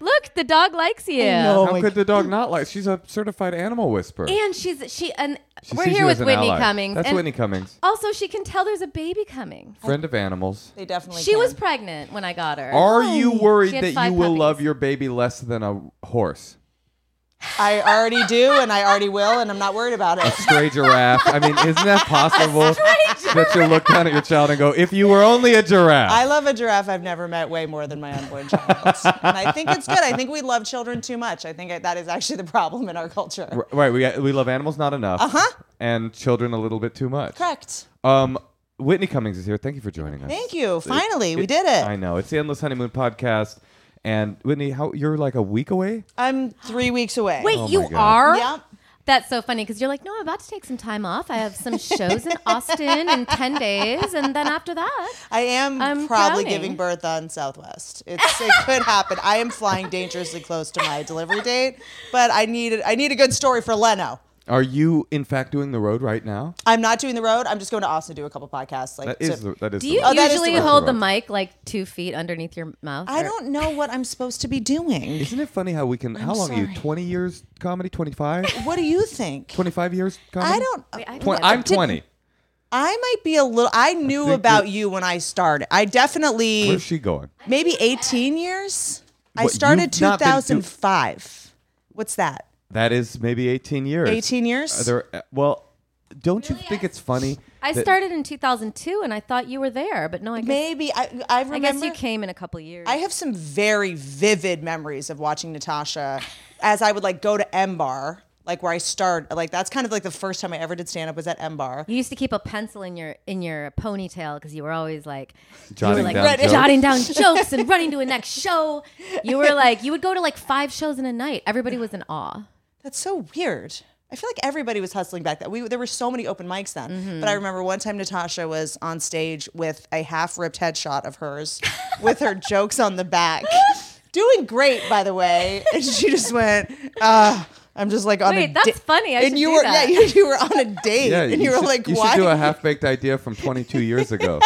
Look, the dog likes you. know. Oh How my could the dog not like? She's a certified animal whisperer. And she's she and She we're sees here you with as an Whitney ally. Cummings. That's and Whitney Cummings, Also, she can tell there's a baby coming. friend of animals. They definitely She can. was pregnant when I got her. Are you worried She had that you five will puppies. love your baby less than a horse? I already do, and I already will, and I'm not worried about A it. stray giraffe. I mean, isn't that possible that you look down at your child and go, if you were only a giraffe? I love a giraffe I've never met way more than my unborn child. and I think it's good. I think we love children too much. I think that is actually the problem in our culture. R- right, we, we love animals not enough. Uh huh. And children a little bit too much. Correct. Um, Whitney Cummings is here. Thank you for joining us. Thank you. Finally, we did it. I know. It's the Endless Honeymoon podcast. And Whitney, how you're like a week away? I'm three weeks away. Wait, Oh my you God. are? Yep. That's so funny because you're like, no, I'm about to take some time off. I have some shows in Austin in 10 days. And then after that, I am I'm probably crowning. giving birth on Southwest. It's, it could happen. I am flying dangerously close to my delivery date, but I need I need a good story for Leno. Are you in fact doing the road right now? I'm not doing the road. I'm just going to Austin to do a couple podcasts. Like That is to- the, that is. do the you road. that is the usually way hold Oh, the road. mic like two feet underneath your mouth? I or- don't know what I'm supposed to be doing. Isn't it funny how we can? how long are you? sorry. Twenty years comedy? 25? What do you think? 25 years comedy? I don't. Wait, I Twen- don't know. I'm twenty. I might be a little. I knew think about that- you when I started. I definitely Where's she going? maybe 18 years. I What, started you've not been do- 2005. What's that? That is maybe eighteen years. 18 Are years? there, uh, well, don't you think it's funny? I that- started in 2002 and I thought you were there, but no, I guess, Maybe I. I I remember. guess you came in a couple years. I have some very vivid memories of watching Natasha as I would like go to M Bar, like where I started. Like that's kind of like the first time I ever did stand up was at M Bar. you used to keep a pencil in your in your ponytail because you were always like Jotting you were, like, down jokes. jotting down jokes and running to a next show. You were like you would go to like five shows in a night. Everybody was in awe. That's so weird. I feel like everybody was hustling back then. We there were so many open mics then. Mm-hmm. But I remember one time Natasha was on stage with a half ripped headshot of hers with her jokes on the back. Doing great, by the way. And she just went, uh, I'm just like on a Wait, that's da- funny. I and should you do were that. yeah, you, you were on a date. Yeah, and you, were should, like, you why? should do a half-baked idea from 22 years ago.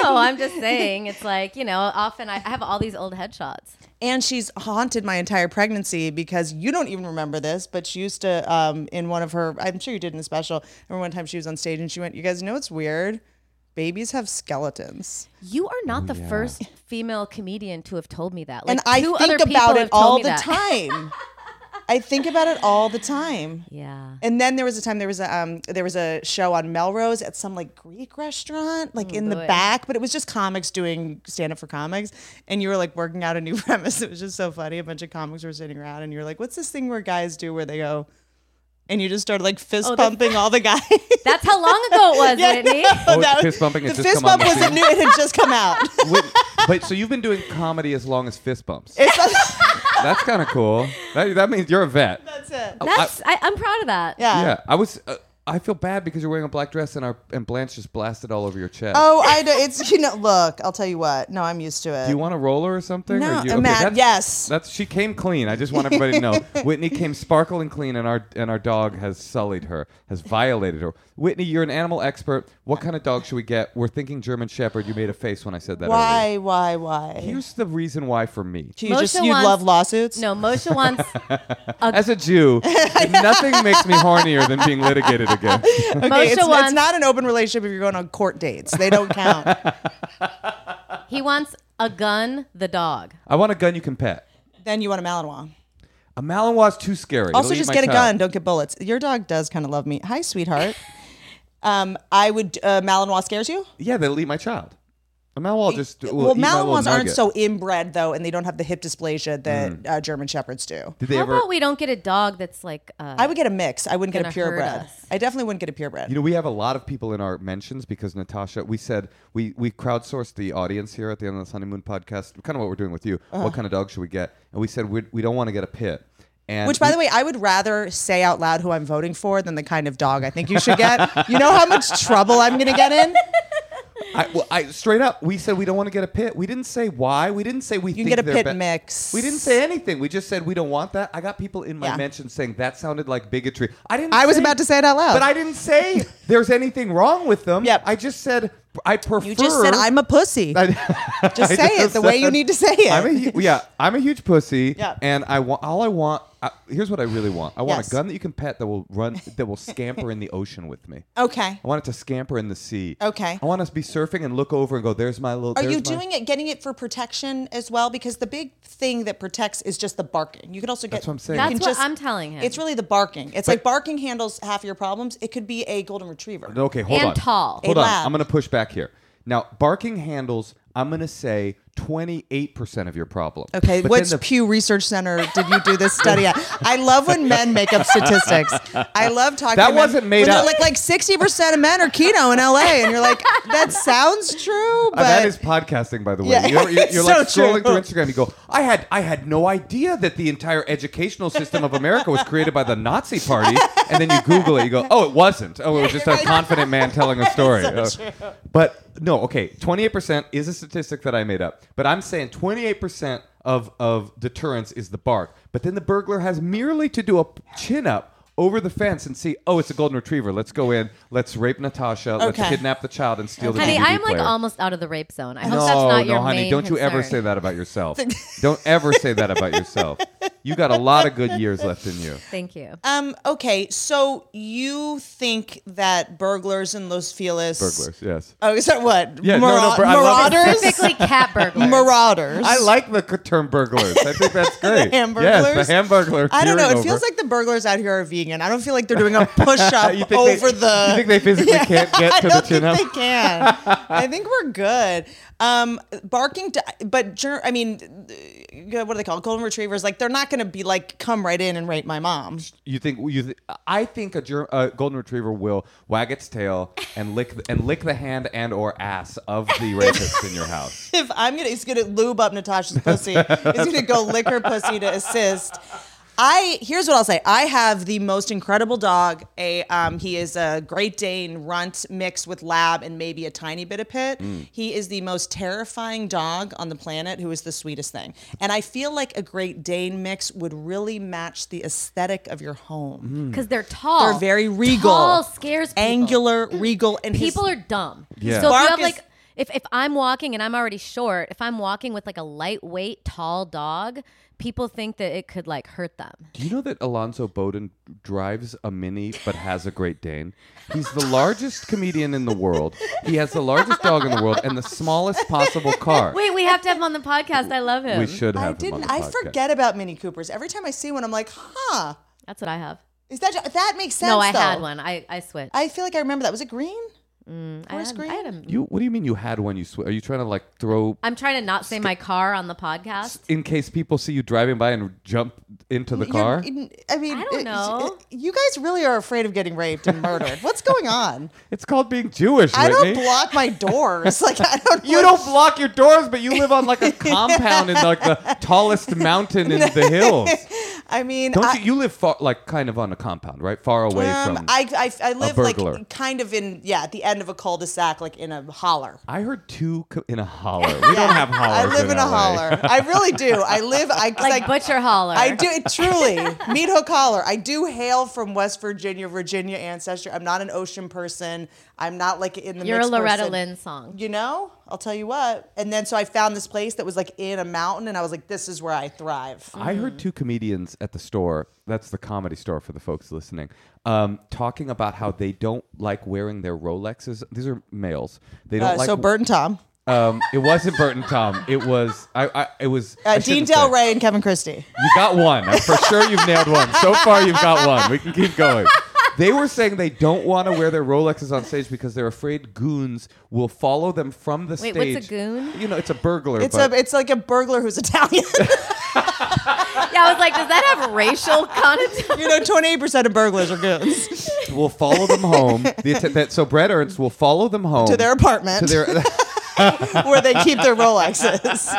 No, I'm just saying it's like you know. Often I, I have all these old headshots. and she's haunted my entire pregnancy because you don't even remember this, but she used to um, in one of her. I'm sure you did in a special. Remember one time she was on stage and she went, "You guys know it's weird." Babies have skeletons, You are not the first female comedian to have told me that. Like, and I two think other people about have it told all me the that. time. I think about it all the time. Yeah. And then there was a time there was a um, there was a show on Melrose at some like Greek restaurant, like in the Oh, boy. back, but it was just comics doing stand up for comics, and you were like working out a new premise. It was just so funny. A bunch of comics were sitting around, and you're like, "What's this thing where guys do where they go?" And you just started like fist Oh, the- pumping all the guys. That's how long ago it was, Whitney. Oh, That was- fist bumping The had just fist come on bump the was a scene. new. It had just come out. Wait, but so you've been doing comedy as long as fist bumps. It's- That's kind of cool. That, that means you're a vet. that's it. That's I, I'm proud of that. Yeah. Oh, yeah, I was. Uh, I feel bad because you're wearing a black dress and our and Blanche just blasted all over your chest. Oh, I know. It's you know. Look, I'll tell you what. No, I'm used to it. Do you want a roller or something? No, or you, I'm mad. that's- Yes. That's she came clean. I just want everybody to know. Whitney came sparkling clean, and our and our dog has sullied her, has violated her. Whitney, you're an animal expert. What kind of dog should we get? We're thinking German Shepherd. You made a face when I said that. earlier. why? Why? Why? Here's the reason why for me. Do you just Moshe you wants- love lawsuits? No, Moshe wants. As a Jew, nothing makes me hornier than being litigated again. Okay, Moshe it's, wants. it's not an open relationship if you're going on court dates. They don't count. he wants a gun. The dog. I want a gun you can pet. then you want a Malinois. A Malinois is too scary. Also, It'll eat just my get a gun. child. Don't get bullets. Your dog does kind of love me. Hi, sweetheart. um, I would. Uh, Malinois scares you. Yeah, they'll eat my child. A Malinois just will well, eat my little Malinois aren't nugget. so inbred though, and they don't have the hip dysplasia that Mm. uh, German Shepherds do. Did they How ever? about we don't get a dog that's like. Uh, I would get a mix. I wouldn't get a Gonna hurt purebred. us. I definitely wouldn't get a purebred. You know, we have a lot of people in our mentions because Natasha, we said we we crowdsourced the audience here at the Endless Honeymoon podcast, kind of what we're doing with you. What kind of dog should we get? And we said we, we don't want to get a pit. And Which, by the way, I would rather say out loud who I'm voting for than the kind of dog I think you should get. you know how much trouble I'm going to get in? I, well, I straight up, we said we don't want to get a pit. We didn't say why. We didn't say we You can think get a they're pit be- mix. We didn't say anything. We just said we don't want that. I got people in my Yeah. mentions saying that sounded like bigotry. I didn't. I was say- about to say it out loud. but I didn't say there's anything wrong with them. Yep. I just said I prefer. You just said I'm a pussy. I- Just I say it the way you said, need to say it. I'm a hu- yeah. I'm a huge pussy. Yeah. And I want all I want. I, here's what I really want. I want Yes. a gun that you can pet that will run that will scamper in the ocean with me. okay. I want it to scamper in the sea. Okay. I want us to be surfing and look over and go. There's my little. Are there's you my-" doing it, getting it for protection as well? Because the big thing that protects is just the barking. You could also get. That's what I'm saying. you That's can what I'm telling him. It's really the barking. It's like barking handles half your problems. It could be a golden retriever. Okay, hold And on. tall. Hold A on. lab. I'm going to push back here. Now, barking handles. I'm going to say 28% of your problem. Okay, But which then the- Pew Research Center did you do this study at? I love when men make up statistics. I love talking. That to men wasn't made when they're up. Like like sixty percent of men are keto in LA, and you're like, that sounds true, but Uh, that is podcasting, by the way. Yeah, you're you're, it's you're like so scrolling true. through Instagram. You go, I had I had no idea that the entire educational system of America was created by the Nazi Party. And then you Google it, you go, oh, it wasn't. Oh, it was just a confident man telling a story. Uh, But no, okay, 28% is a statistic that I made up. But I'm saying 28% of, of deterrence is the bark. But then the burglar has merely to do a chin up. Over the fence and see. Oh, it's a golden retriever. Let's go in. Let's rape Natasha. Okay. Let's kidnap the child and steal the Honey, DVD I'm like player almost out of the rape zone. I hope no, that's not no, your honey, main don't you ever say concern. that about yourself. don't ever say that about yourself. You got a lot of good years left in you. Thank you. Um, okay, so you think that burglars in Los Feliz Burglars, yes. Oh, is that what? Yeah, no, no, bur- I love it. marauders? Specifically, cat burglars. marauders. I like the c- term burglars. I think that's great. hamburglars? Yes, the hamburglar. I don't know. It peering feels over. like the burglars out here are vegan. I don't feel like they're doing a push up You think they- over the. You think they physically can't get to I the don't chin think up? they can. I think we're good. Um, barking, do- but ger- I mean, uh, what do they call golden retrievers? Like they're not going to be like come right in and rape my mom. You think you? Th- I think a ger- uh, golden retriever will wag its tail and lick the, and lick the hand and or ass of the rapist in your house. If I'm gonna, he's gonna lube up Natasha's pussy. he's gonna go lick her pussy to assist. I here's what I'll say. I have the most incredible dog. A um, he is a Great Dane runt mixed with Lab and maybe a tiny bit of pit. Mm. He is the most terrifying dog on the planet. Who is the sweetest thing? And I feel like a Great Dane mix would really match the aesthetic of your home. Because they're tall. They're very regal. Tall Mm. scares people. Angular, regal, and his- People are dumb. Yeah. So if you Bark have is- like, if, if I'm walking and I'm already short, if I'm walking with like a lightweight, tall dog, people think that it could like hurt them. Do you know that Alonzo Bowden drives a Mini but has a Great Dane? He's the largest comedian in the world. He has the largest dog in the world and the smallest possible car. Wait, we have to have him on the podcast. I love him. we should have I him on didn't. the I podcast. forget about Mini Coopers. Every time I see one, I'm like, huh. That's what I have. Is that that makes sense? No, I had though. one. I, I switched. I feel like I remember that. Was it green? I had, I Green? had a, You. What do you mean you had one? You sw- are you trying to like throw? I'm trying to not say my car on the podcast. In case people see you driving by and jump into the You're- car. I mean, I don't it- know. it- you guys really are afraid of getting raped and murdered. What's going on? It's called being Jewish, I don't Whitney. block my doors. Like I don't. you don't block your doors, but you live on like a compound in like the tallest mountain in the hills. I mean, Don't I, you? You live far, like kind of on a compound, right? Far away um, from. I, I I live burglar. like kind of in yeah at the end of a cul-de-sac, like in a holler. I heard two co- in a holler. We don't have I hollers. live in a LA. holler. I really do. I live. I Like I- Butcher Holler. I do it truly. Meat hook holler. I do hail from West Virginia, Virginia ancestry. I'm not an ocean person. I'm not like in the You're a mixed Loretta person. Lynn song. You know, I'll tell you what. And then so I found this place that was like in a mountain, and I was like, this is where I thrive. I heard two comedians at the store. That's the comedy store for the folks listening. Um, talking about how they don't like wearing their Rolexes. These are males. They don't Uh, like. so Bert and Tom, um, it wasn't Bert and Tom. It was. I. I it was. I uh, Dean shouldn't say. Del Rey, and Kevin Christie. You got one. I'm for sure you've nailed one. So far, you've got one. We can keep going. They were saying they don't want to wear their Rolexes on stage because they're afraid goons will follow them from the Wait, stage. what's a goon? You know, it's a burglar. It's but a it's like a burglar who's Italian. Yeah, I was like, does that have racial connotation? you know, twenty eight percent of burglars are goons. will follow them home. The att- that, so Brett Ernst will follow them home to their to apartment their- where they keep their Rolexes.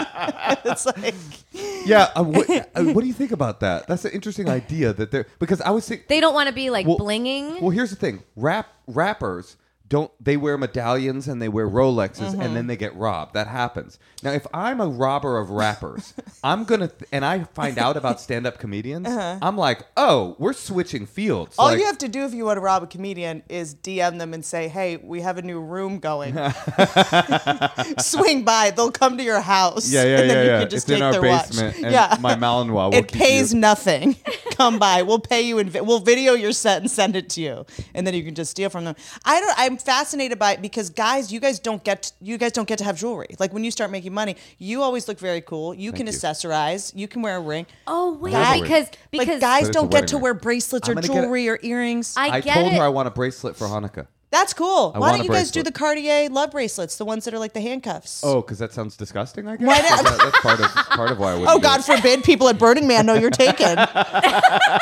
it's like yeah. Uh, what, uh, what do you think about that? That's an interesting idea that they're because I was thinking. They don't want to be like Well- blinging. Well, here's the thing: rap rappers don't they wear medallions and they wear Rolexes and Mm-hmm. then they get robbed. That happens. Now, if I'm a robber of rappers, I'm gonna th- and I find out about stand-up comedians, I'm like, oh, we're switching fields. Uh-huh. All Like, you have to do if you want to rob a comedian is DM them and say, "Hey, we have a new room going. Swing by. They'll come to your house. yeah, yeah, and yeah, then yeah. You can it's just in take our their basement, Watch. and yeah, my Malinois. Will it keep pays you- nothing. Come by. We'll pay you in. vi- We'll video your set and send it to you, and then you can just steal from them. I don't. I'm fascinated by it because guys, you guys don't get. You guys don't get to have jewelry. Like when you start making money, you always look very cool. You can you. accessorize. You can wear a ring. oh wait, That- because Like because guys it's a don't wedding get to ring. wear bracelets I'm or gonna get a- jewelry or earrings. I, I get told it. her I want a bracelet for Hanukkah. That's cool. I Why want don't a you guys do bracelet. the Cartier love bracelets, the ones that are like the handcuffs? Oh, because that sounds disgusting. I guess Why Is not? that- that's part of part of why I would. Oh, God forbid people at Burning Man know you're taken.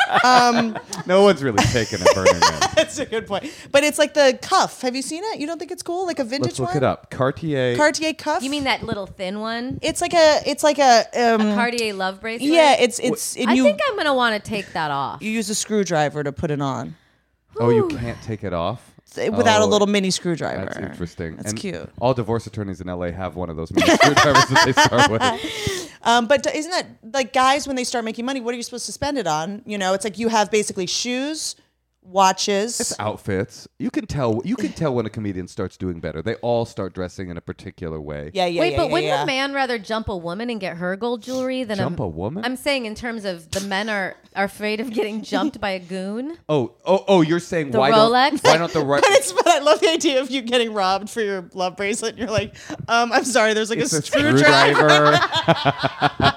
No one's really taking a Burning Man. That's a good point. But it's like the cuff. Have you seen it? You don't think it's cool? Like a vintage Let's look one? it up. Cartier. Cartier cuff? You mean that little thin one? It's like a it's like a um Cartier love bracelet. Yeah, it's it's and I you think I'm gonna want to take that off. you use a screwdriver to put it on. eh, oh, you can't take it off. Without a Oh, little mini screwdriver. That's interesting. That's And cute. All divorce attorneys in LA have one of those mini screwdrivers that they start with. Um, but isn't that like guys when they start making money? What are you supposed to spend it on? You know, it's like you have basically shoes, watches. Outfits. You can tell. You can tell when a comedian starts doing better. They all start dressing in a particular way. yeah, yeah. Wait, yeah, but yeah, wouldn't yeah. a man rather jump a woman and get her gold jewelry than Jump a woman? I'm saying in terms of the men are, are afraid of getting jumped by a goon. Oh, oh, oh! You're saying The why Rolex? don't why don't the right? But it's but I love the idea of you getting robbed for your love bracelet. And you're like, um, I'm sorry, there's like It's a, a screwdriver. screwdriver.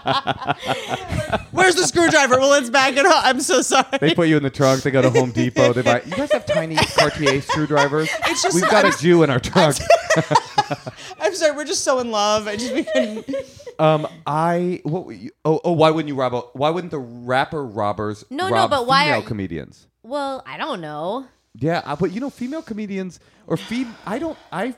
Where's the screwdriver? Well, it's back at home. I'm so sorry. They put you in the trunk. They go to Home Depot. They buy. You guys have tiny Cartier screwdrivers. It's just- We've got a Jew in our trunk. I'm sorry. We're just so in love. I just we couldn't. Um, I what? were you- Oh, oh! Why wouldn't you rob? A, why wouldn't the rapper robbers? No, no, rob but why female are- comedians? Well, I don't know. Yeah, I- but you know, female comedians or fem. I don't. I I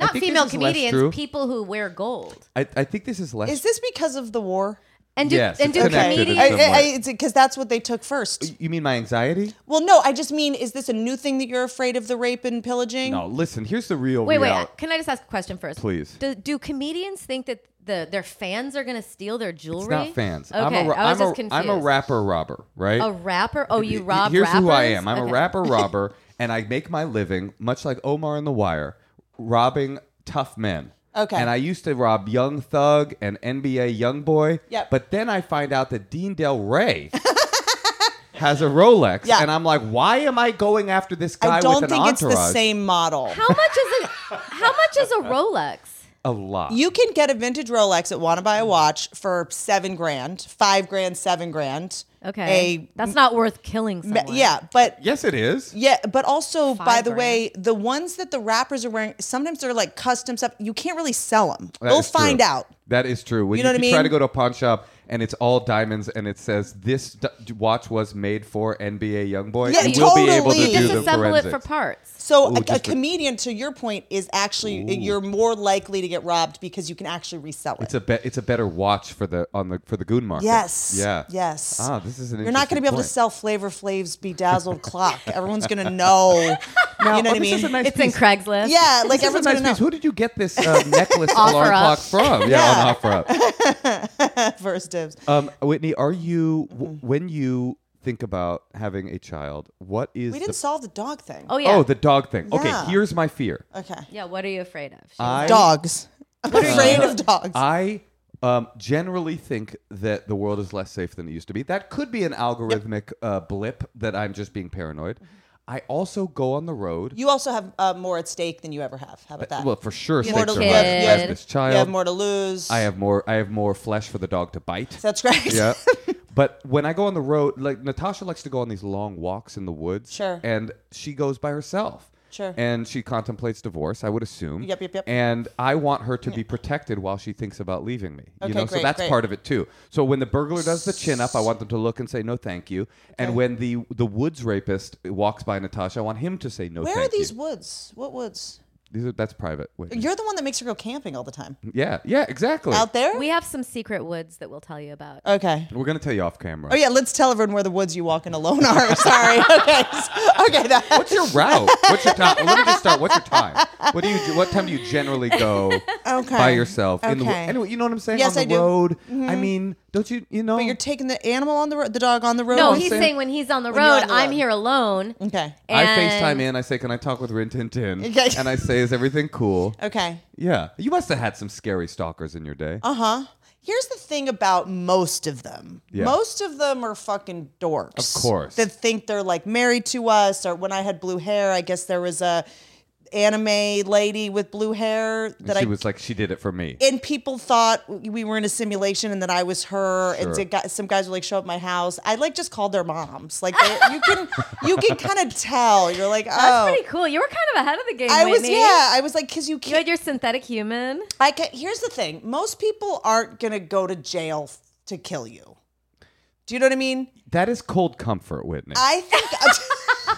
Not think this female is less comedians, true. people who wear gold. I, I think this is less. Is this because of the war? And do, Yes, and it's do connected in comedians some way. I, I, it's because that's what they took first. you mean my anxiety? Well, no, I just mean, is this a new thing that you're afraid of the rape and pillaging? No. Listen, here's the real. Wait, uh, wait. reality. Can I just ask a question first? Please. Do, do comedians think that the their fans are going to steal their jewelry? It's not fans. Okay, I'm a, ra- I was I'm, just a, confused. I'm a rapper robber, right? A rapper? Oh, you Y- rob Here's who I rappers? am. I'm Okay. a rapper robber, and I make my living much like Omar in The Wire, robbing tough men. Okay. And I used to rob Young Thug and NBA Young Boy. Yep. But then I find out that Dean Del Rey has a Rolex, Yeah. and I'm like, why am I going after this guy I don't with an think it's entourage? the same model. How much is a How much is a Rolex? A lot. You can get a vintage Rolex at Wanna Buy a Watch for seven grand, five grand, seven grand. Okay, A that's not worth killing Ma- someone. Yeah, but yes, it is. yeah, but also by the Fiber. way, the ones that the rappers are wearing sometimes they're like custom stuff. You can't really sell them. That We'll is true. find out. That is true. When you, You know what I try mean? to go to a pawn shop and it's all diamonds and it says this d- watch was made for NBA Youngboy, Yeah, you will be able to totally. do the Disassemble it forensics. for parts. So a, a just- comedian, to your point, is actually you're more likely to get robbed because you can actually resell it. It's a be- it's a better watch for the on the for the goon market. yes. Yeah. Yes. Ah, this is an. You're not going to be able to interesting sell Flavor Flav's bedazzled clock. Everyone's going to know. you know oh, what I this mean? is a nice It's in piece. Craigslist. yeah, point. like This is a nice everyone's going piece. to know. Who did you get this uh, necklace alarm Up. clock from? Yeah, on offer up. First dibs. Um, Whitney, are you w- Mm-hmm. when you think about having a child? What is We didn't the solve the dog thing. Oh yeah. oh the dog thing? Yeah. Okay, here's my fear. Okay. yeah. What are you afraid of? I Dogs. I'm afraid of dogs. I um, generally think that the world is less safe than it used to be. That could be an algorithmic uh, blip that I'm just being paranoid. I also go on the road. Mm-hmm. you also have uh, more at stake than you ever have. How about that? Well, for sure, You stakes have more are to high. live. I Yeah. have this you have child. more to lose. I have more. I have more flesh for the dog to bite. That's right. yeah. But when I go on the road, like Natasha likes to go on these long walks in the woods. Sure. And she goes by herself. Sure. And she contemplates divorce, I would assume. Yep, yep, yep. And I want her to be protected while she thinks about leaving me. you Okay, know, so great, that's great. part of it too. So when the burglar does the chin up, I want them to look and say no thank you. And when the the woods rapist walks by Natasha, I want him to say no Where thank are these you. woods? What woods? These are that's private. Whitney. You're the one that makes her go camping all the time. Yeah, yeah, exactly. Out there? We have some secret woods that we'll tell you about. okay. We're gonna tell you off camera. Oh yeah, let's tell everyone where the woods you walk in alone are. Sorry. Okay. Okay. That, What's your route? What's your time? Let me just start. What's your time? What do you do? What time do you generally go okay. by yourself? In the, wo- Okay. anyway, you know what I'm saying? On Yes, the I do. Mm-hmm. road. I mean, don't you? You know. But you're taking the animal on the road, the dog on the road. No, I'm he's saying- saying, when he's on the When you're road, on the I'm road. here alone. Okay. I and- FaceTime in. I say, "Can I talk with Rin Tin Tin?" Okay. And I say, "Is everything cool?" Okay. Yeah. You must have had some scary stalkers in your day. Uh huh. Here's the thing about most of them. Yeah. Most of them are fucking dorks. Of course. That think they're like married to us. Or when I had blue hair, I guess there was a anime lady with blue hair and that she I was like, "She did it for me." and people thought we were in a simulation and that I was her. Sure. And did guy- some guys would like show up at my house. I like just called their moms. Like they, you can you can kind of tell. You're like, That's oh, pretty cool. You were kind of ahead of the game. I was Whitney. yeah. I was like, cause you You can't. had your synthetic human. I can. Here's the thing: most people aren't gonna go to jail f- to kill you. Do you know what I mean? That is cold comfort, Whitney. I think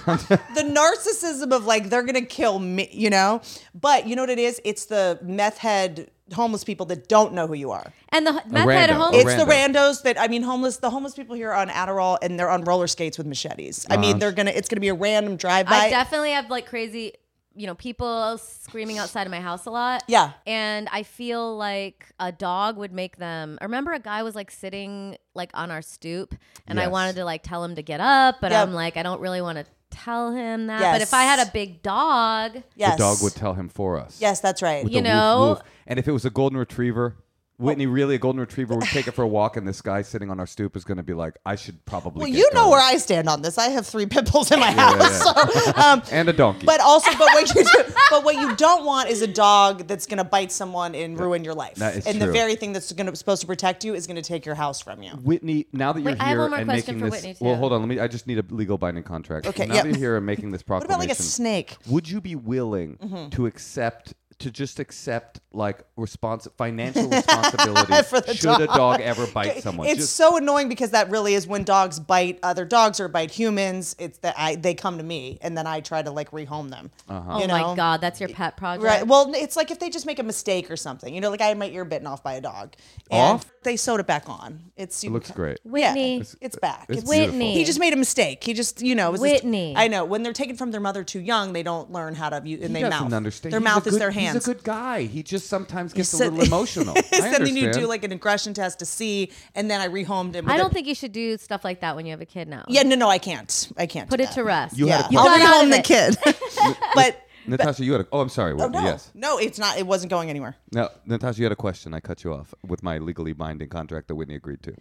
the narcissism of like they're gonna kill me, you know. But you know what it is? It's the meth head homeless people that don't know who you are. And the meth head rando. home. A It's the randos that I mean, homeless. The homeless people here are on Adderall and they're on roller skates with machetes. I Uh-huh. mean, they're gonna. It's gonna be a random drive by. I definitely have like crazy, you know, people screaming outside of my house a lot. yeah. And I feel like a dog would make them. I remember a guy was like sitting like on our stoop and I Yes. wanted to like tell him to get up, but Yep. I'm like, I don't really want to tell him that. But Yes. if I had a big dog, Yes. The dog would tell him for us. Yes, that's right. You the know? And if it was a golden retriever, Oh. Whitney, really a golden retriever would take it for a walk, and this guy sitting on our stoop is going to be like, I should probably. Well, get you know going." where I stand on this. I have three pit bulls in my house. So, um, And a donkey. but also, but what you do, but what you don't want is a dog that's going to bite someone and ruin your life. That is and true. the very thing that's going to supposed to protect you is going to take your house from you. Whitney, now that you're Wait, here I have one more and question for making this, Whitney, well, too. hold on. Let me. I just need a legal binding contract. Okay, Now yep. that you're here and making this What proclamation, about like a snake? Mm-hmm. would you be willing to accept to just accept like respons- financial responsibility For the should a dog ever bite someone? It's Just- so annoying because that really is when dogs bite other dogs or bite humans. It's that I they come to me and then I try to like rehome them. oh Uh-huh. You know? my God, that's your pet project. Right. Well, it's like if they just make a mistake or something. You know, like I had my ear bitten off by a dog. Off? They sewed it back on. It's it looks great. Whitney. Yeah, it's back. it's It's, Whitney. He just made a mistake. He just, you know, it was just- Whitney. I know. When they're taken from their mother too young, they don't learn how to use. And He they doesn't mouth. understand. Their He's a mouth is good- their hands. He's a good guy. He just sometimes gets said- a little emotional. I and then you do understand. like an aggression test to see, and then I rehomed him. with I a- don't think you should do stuff like that when you have a kid now. Yeah, no, no, I can't. I can't. Put do it that. to rest. You had Yeah, a You got out I'll of rehome the it. kid. but Natasha, you had a. Oh, I'm sorry. Whitney, no, Yes. no, it's not. It wasn't going anywhere. No, Natasha, you had a question. I cut you off with my legally binding contract that Whitney agreed to.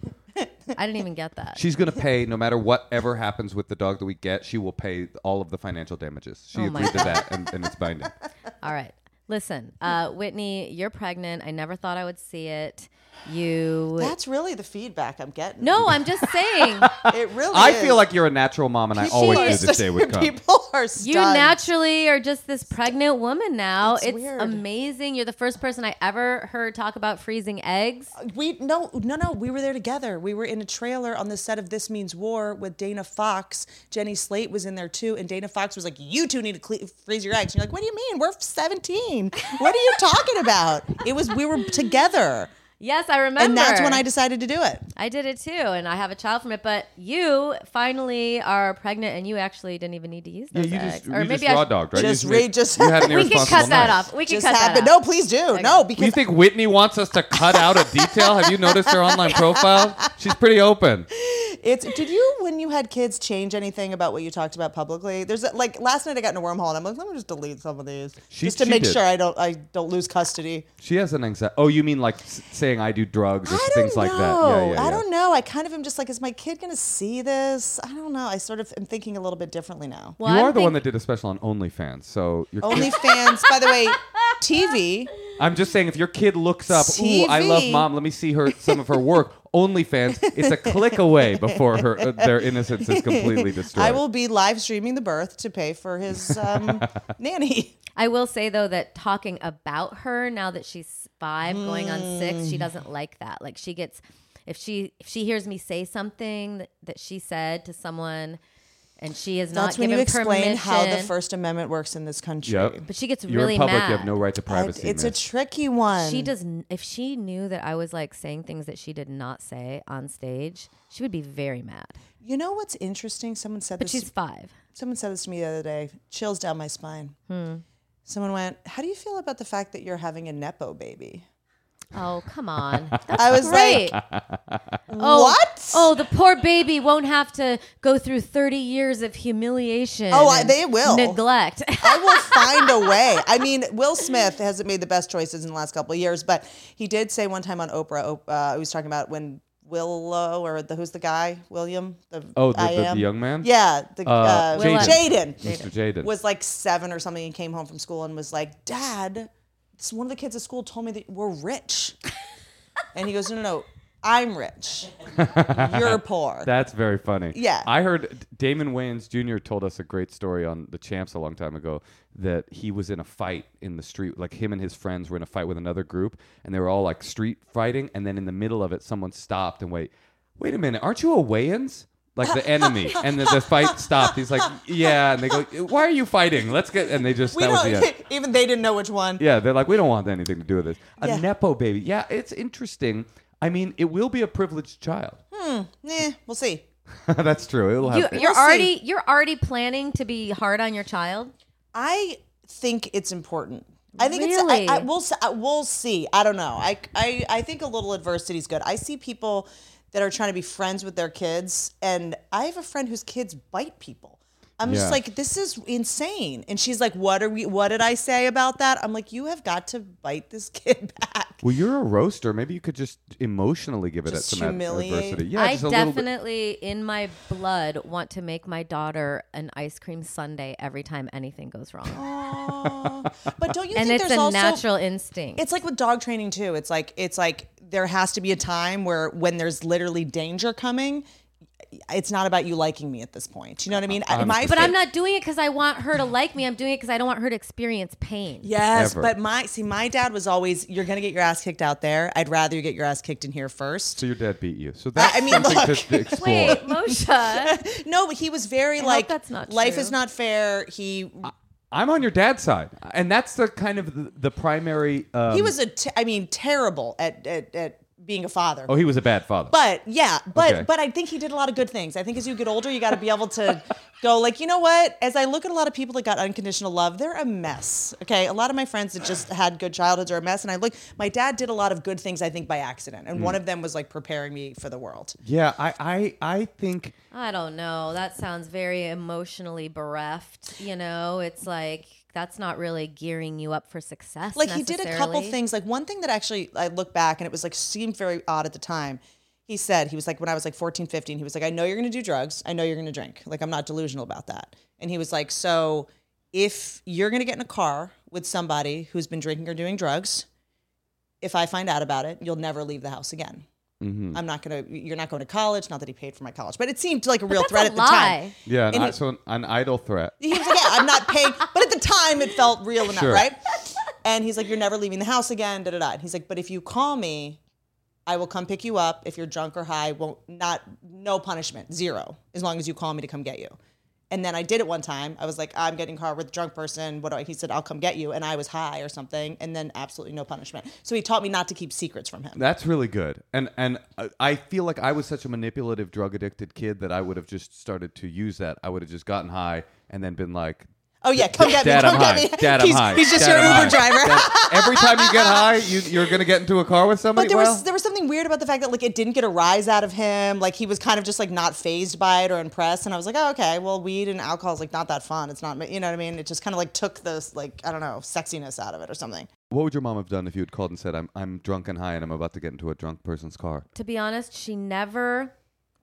I didn't even get that. She's going to pay no matter whatever happens with the dog that we get. She will pay all of the financial damages. She Oh my agreed to that, and, and it's binding. All right. Listen, uh, Whitney, you're pregnant. I never thought I would see it. You. That's really the feedback I'm getting. no, I'm just saying. it really. I is. feel like you're a natural mom, and I always is. knew this day would come. People are stunned. You naturally are just this pregnant woman now. That's it's weird. amazing. You're the first person I ever heard talk about freezing eggs. We no no no. We were there together. We were in a trailer on the set of This Means War with Dana Fox. Jenny Slate was in there too, and Dana Fox was like, "You two need to cle- freeze your eggs." And you're like, "What do you mean? We're 17. What are you talking about?" It was we were together, Yes, I remember. and that's when I decided to do it. I did it too, and I have a child from it. But you finally are pregnant, and you actually didn't even need to use Yeah, those you eggs. just, you just I raw should- dogged, right? You Just made- read- just- you had an We can irresponsible cut that night. off. We can Just cut happened. that No, off. please do. No, You because think Whitney wants us to cut out a detail? Have you noticed her online profile? She's pretty open. It's did you when you had kids change anything about what you talked about publicly? There's a, like last night I got in a wormhole and I'm like, let me just delete some of these She- just to she make did. sure I don't I don't lose custody. She has an anxiety. Oh, you mean like s- saying I do drugs or I don't things like know. that? Yeah, yeah, yeah. I don't know. I kind of am just like, is my kid gonna see this? I don't know. I sort of am thinking a little bit differently now. Well, you I'm are the one that think- did a special on OnlyFans, so Oh, your kid, OnlyFans, by the way, TV. I'm just saying if your kid looks up, ooh, I love TV. mom. Let me see her some of her work. OnlyFans, it's a click away before her uh, their innocence is completely destroyed. I will be live streaming the birth to pay for his um, nanny. I will say though that talking about her now that she's five, going on six, Mm. she doesn't like that. Like she gets, if she if she hears me say something that, that she said to someone, and she is That's not when given you explain permission. how the First Amendment works in this country. Yep. but she gets You're really in public. mad. You have no right to I- privacy. it's a miss. tricky one. She does. n- If she knew that I was like saying things that she did not say on stage, she would be very mad. You know what's interesting? Someone said But this. she's five. someone said this to me the other day. Chills down my spine. Hmm. Someone went, "How do you feel about the fact that you're having a nepo baby?" Oh come on. I was Great. like, "What?" Oh, the poor baby won't have to go through 30 years of humiliation. Oh, I- and they will. Uh, Neglect. I will find a way. I mean, Will Smith hasn't made the best choices in the last couple of years, but he did say one time on Oprah, uh, he was talking about when Willow or the who's the guy, William, the Oh, the- I the- the am- young man? yeah, the uh, Uh, Jaden. Jaden. Mr. Jaden. was like seven or something and came home from school and was like, Dad, this one of the kids at school told me that we're rich. and he goes, No, no, no, I'm rich. You're poor. That's very funny. Yeah. I heard Damon Wayans Jr. told us a great story on the champs a long time ago that he was in a fight in the street. Like him and his friends were in a fight with another group and they were all like street fighting. And then in the middle of it, someone stopped and wait, wait a minute, aren't you a Wayans? Like the enemy. and the, the fight stopped. He's like, yeah. And they go, why are you fighting? Let's get. And they just, we that was the don't, end. even they didn't know which one. Yeah, they're like, we don't want anything to do with this. A Yeah. Nepo baby. Yeah, it's interesting. I mean, it will be a privileged child. Eh, we'll see. That's true. It'll you, happen. you're We'll see. already you're already planning to be hard on your child. I think it's important. I think it's. I, I, Really? we'll s- I- we'll see. I don't know. I, I I think a little adversity is good. I see people that are trying to be friends with their kids, and I have a friend whose kids bite people. I'm Yeah. just like, this is insane. And she's like, what are we? What did I say about that? I'm like, you have got to bite this kid back. Well, you're a roaster. Maybe you could just emotionally give it Just some ad- humiliate. adversity. Yeah, I just a little bit. definitely in my blood want to make my daughter an ice cream sundae every time anything goes wrong. Aw. but don't you and Oh, think it's there's a also natural instinct. It's like with dog training too. It's like it's like there has to be a time where when there's literally danger coming, it's not about you liking me at this point. You know what I mean? I- my but I'm fa- not doing it because I want her to like me. I'm doing it because I don't want her to experience pain. Yes, Ever. but my see, my dad was always, "You're gonna get your ass kicked out there. I'd rather you get your ass kicked in here first. So your dad beat you. So that's I mean, something look. to explore. Wait, Moshe. No, but he was very hope like, that's not "Life true. is not fair." He I'm on your dad's side, and that's the kind of the, the primary. Um, he was a, t- I mean, terrible at at, at being a father. oh, he was a bad father. But yeah, but Okay. but I think he did a lot of good things. I think as you get older, you got to be able to go like, you know what? As I look at a lot of people that got unconditional love, they're a mess. Okay, a lot of my friends that just had good childhoods are a mess, and I look. My dad did a lot of good things, I think, by accident, and one of them was like preparing me for the world. yeah, I, I, I think I don't know. That sounds very emotionally bereft. You know, it's like that's not really gearing you up for success. like he did a couple necessarily. things like one thing that actually i look back and it was like seemed very odd at the time he said he was like when i was like 14 15 he was like i know you're going to do drugs i know you're going to drink like i'm not delusional about that and he was like so if you're going to get in a car with somebody who's been drinking or doing drugs if i find out about it you'll never leave the house again i'm not going to you're not going to college not that he paid for my college but it seemed like a real that's threat a at the time lie. yeah, an, And I- it- so an, an idle threat. he was like, yeah, I'm not paying. But at the time, it felt real enough, Sure. right? And he's like, you're never leaving the house again, da da da. And he's like, but if you call me, I will come pick you up. If you're drunk or high, won't not no punishment, zero, as long as you call me to come get you. And then I did it one time. I was like, I'm getting in a car with a drunk person. What do I? He said, I'll come get you. And I was high or something. And then absolutely no punishment. So he taught me not to keep secrets from him. That's really good. And and uh, I feel like I was such a manipulative, drug addicted kid that I would have just started to use that. I would have just gotten high and then been like, Oh yeah, come get me, Dad, come I'm get high. me. Dad, I'm he's, high. he's just Dad, your I'm Uber high. driver. Dad, every time you get high, you, you're going to get into a car with somebody. But there well, was there was something weird about the fact that like it didn't get a rise out of him. Like he was kind of just like not phased by it or impressed. And I was like, oh okay, well weed and alcohol is like not that fun. It's not you know what I mean. It just kind of like took this like I don't know sexiness out of it or something. What would your mom have done if you had called and said, I'm, I'm drunk and high and I'm about to get into a drunk person's car? To be honest, she never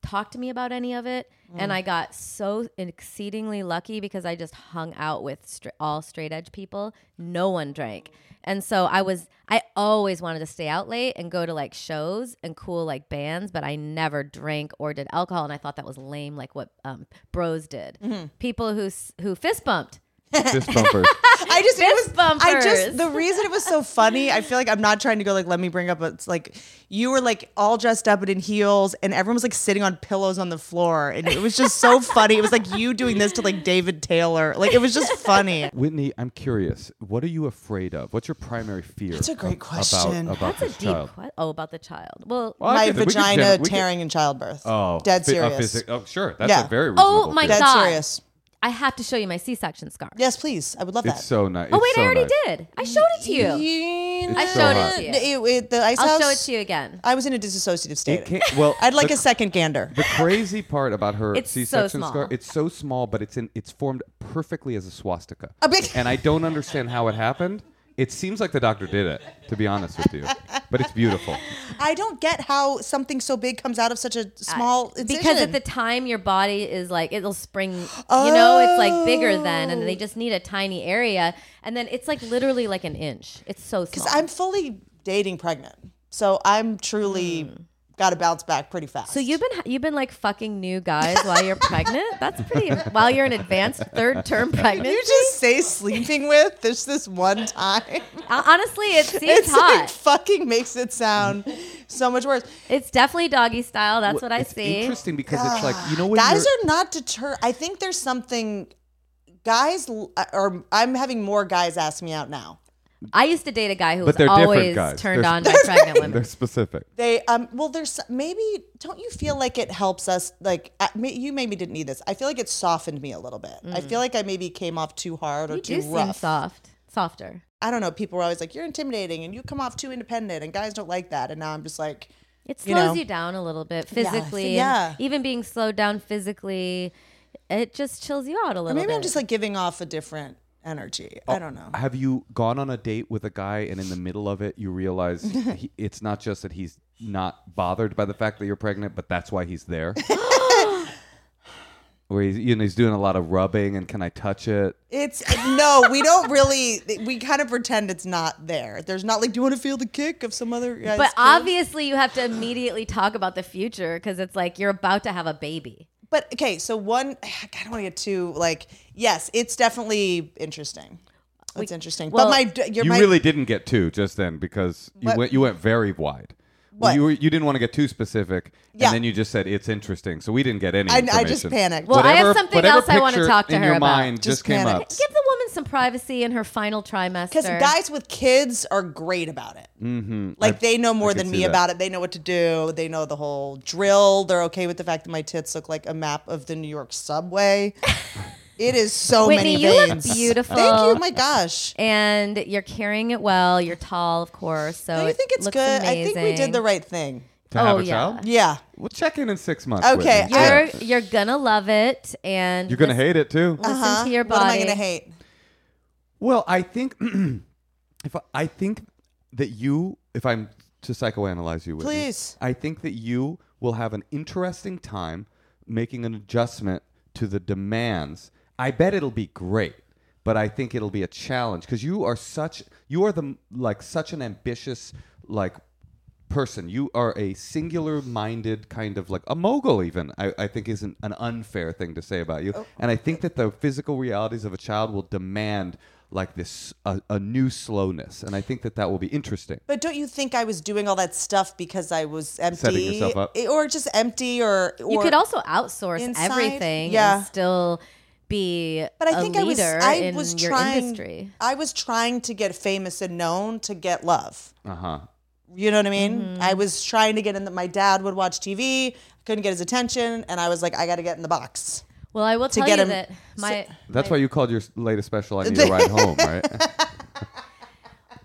talked to me about any of it. And I got so exceedingly lucky because I just hung out with stra- all straight edge people. No one drank. And so I was, I always wanted to stay out late and go to like shows and cool like bands, but I never drank or did alcohol. And I thought that was lame, like what um, bros did. People who, s- who fist bumped. fist bumpers. I just it Fist was I bumpers. just the reason it was so funny. I feel like I'm not trying to go like let me bring up. It's like you were like all dressed up and in heels, and everyone was like sitting on pillows on the floor, and it was just so funny. It was like you doing this to like David Taylor. Like it was just funny. Whitney, I'm curious. What are you afraid of? What's your primary fear? That's a great ab- question. About, about That's a this deep child. que- Oh, about the child. Well, Well, I My get it. We could vagina gen- we could- tearing in childbirth. Oh, dead fi- a serious. physic- oh, sure. That's Yeah. a very reasonable. Oh my fear. Dead God. serious. I have to show you my C-section scar. Yes, please. I would love that. It's uh, so nice. Oh wait, I already did. I showed it to you. I I so showed hot. it to you. It, it- the ice I'll house. show it to you again. I was in a disassociative It state. can't, well, I'd like the, a second gander. The crazy part about her It's so C-section small. scar, it's so small, but it's in, it's formed perfectly as a swastika. A big- and I don't understand how it happened. It seems like the doctor did it, to be honest with you. But it's beautiful. I don't get how something so big comes out of such a small incision. Because at the time your body is like it'll spring, you know, it's like bigger then, and Oh. they just need a tiny area, and then it's like literally like an inch. It's so small. I'm fully dating pregnant, so I'm truly got to bounce back pretty fast. Hmm. so you've been you've been like fucking new guys while you're pregnant. That's pretty. While you're an advanced third term pregnancy, you just say sleeping with this this one time. Hon- honestly, it seems It's hot. like fucking makes it sound so much worse. it's definitely doggy style. That's what I it's see. Interesting because it's like you know when guys you're- are not deter. I think there's something. Guys, l- or I'm having more guys ask me out now. I used to date a guy who was But they're different always guys. turned They're- on by pregnant women. they're specific. They um well there's maybe don't you feel like it helps us like uh, ma- you maybe didn't need this. I feel like it softened me a little bit. I feel like I maybe came off too hard or Mm. You too do seem rough. soft, softer. I don't know. People were always like you're intimidating and you come off too independent and guys don't like that. And now I'm just like It slows you you, know. down a little bit physically. yeah. and Even being slowed down physically, it just chills you out a little maybe bit. Oh, I'm just like giving off a different energy. I don't know. Have you gone on a date with a guy and in the middle of it you realize he, it's not just that he's not bothered by the fact that you're pregnant, but that's why he's there? Where he's, you know, he's doing a lot of rubbing and can I touch it? It's no, we don't really. We kind of pretend it's not there. There's not like, do you want to feel the kick of some other? guy's but kick? obviously, you have to immediately talk about the future because it's like you're about to have a baby. But okay, so one, I don't want to get too like. Yes, it's definitely interesting. It's interesting. well- but my, d- you're You my really didn't get two just then because you What? went you went very wide. What? You, were, you didn't want to get too specific, Yeah. and then you just said it's interesting. So we didn't get any. I- I information. just panicked. Well, I have Whatever- something whatever else I wanna picture talk to in her your about. Mind Just just came up. panicked. Give the woman some privacy in her final trimester. because guys with kids are great about it. Like they know more Mm-hmm. can than see me that. about it. They know what to do. They know the whole drill. They're okay with the fact that my tits look like a map of the New York subway. it is so Whitney, many you look veins. beautiful. Thank you. My gosh. and you're carrying it well. You're tall, of course. So I Oh, it think it's looks good. I think we amazing. did the right thing. To have Oh, a yeah. child? Yeah. We'll check in in six months. Okay, Whitney. I- Yeah. You're you're gonna love it, and You're gonna listen- hate it too. Listen to your What am I body. gonna hate? Well, I think if I, I think that you, if I'm to psychoanalyze you, Whitney, Please. I think that you will have an interesting time making an adjustment to the demands. I bet it'll be great, but I think it'll be a challenge because you are such you are the like such an ambitious like person. You are a singular minded kind of like a mogul, even, I, I think is an, an unfair thing to say about you. Oh, And I think that the physical realities of a child will demand like this a, a new slowness. And I think that that will be interesting. But don't you think I was doing all that stuff because I was empty, yourself up. It- or just empty, or, or You could also outsource inside, everything yeah. and still be But I a think I was leader I in was your trying. industry. I was trying to get famous and known to get love. Uh huh. You know what I mean? Mm-hmm. I was trying to get in. The, my dad would watch TV, couldn't get his attention, and I was like, I got to get in the box. Well, I will tell get you him- that my That's why you called your s- latest special I Need to Ride Home, right?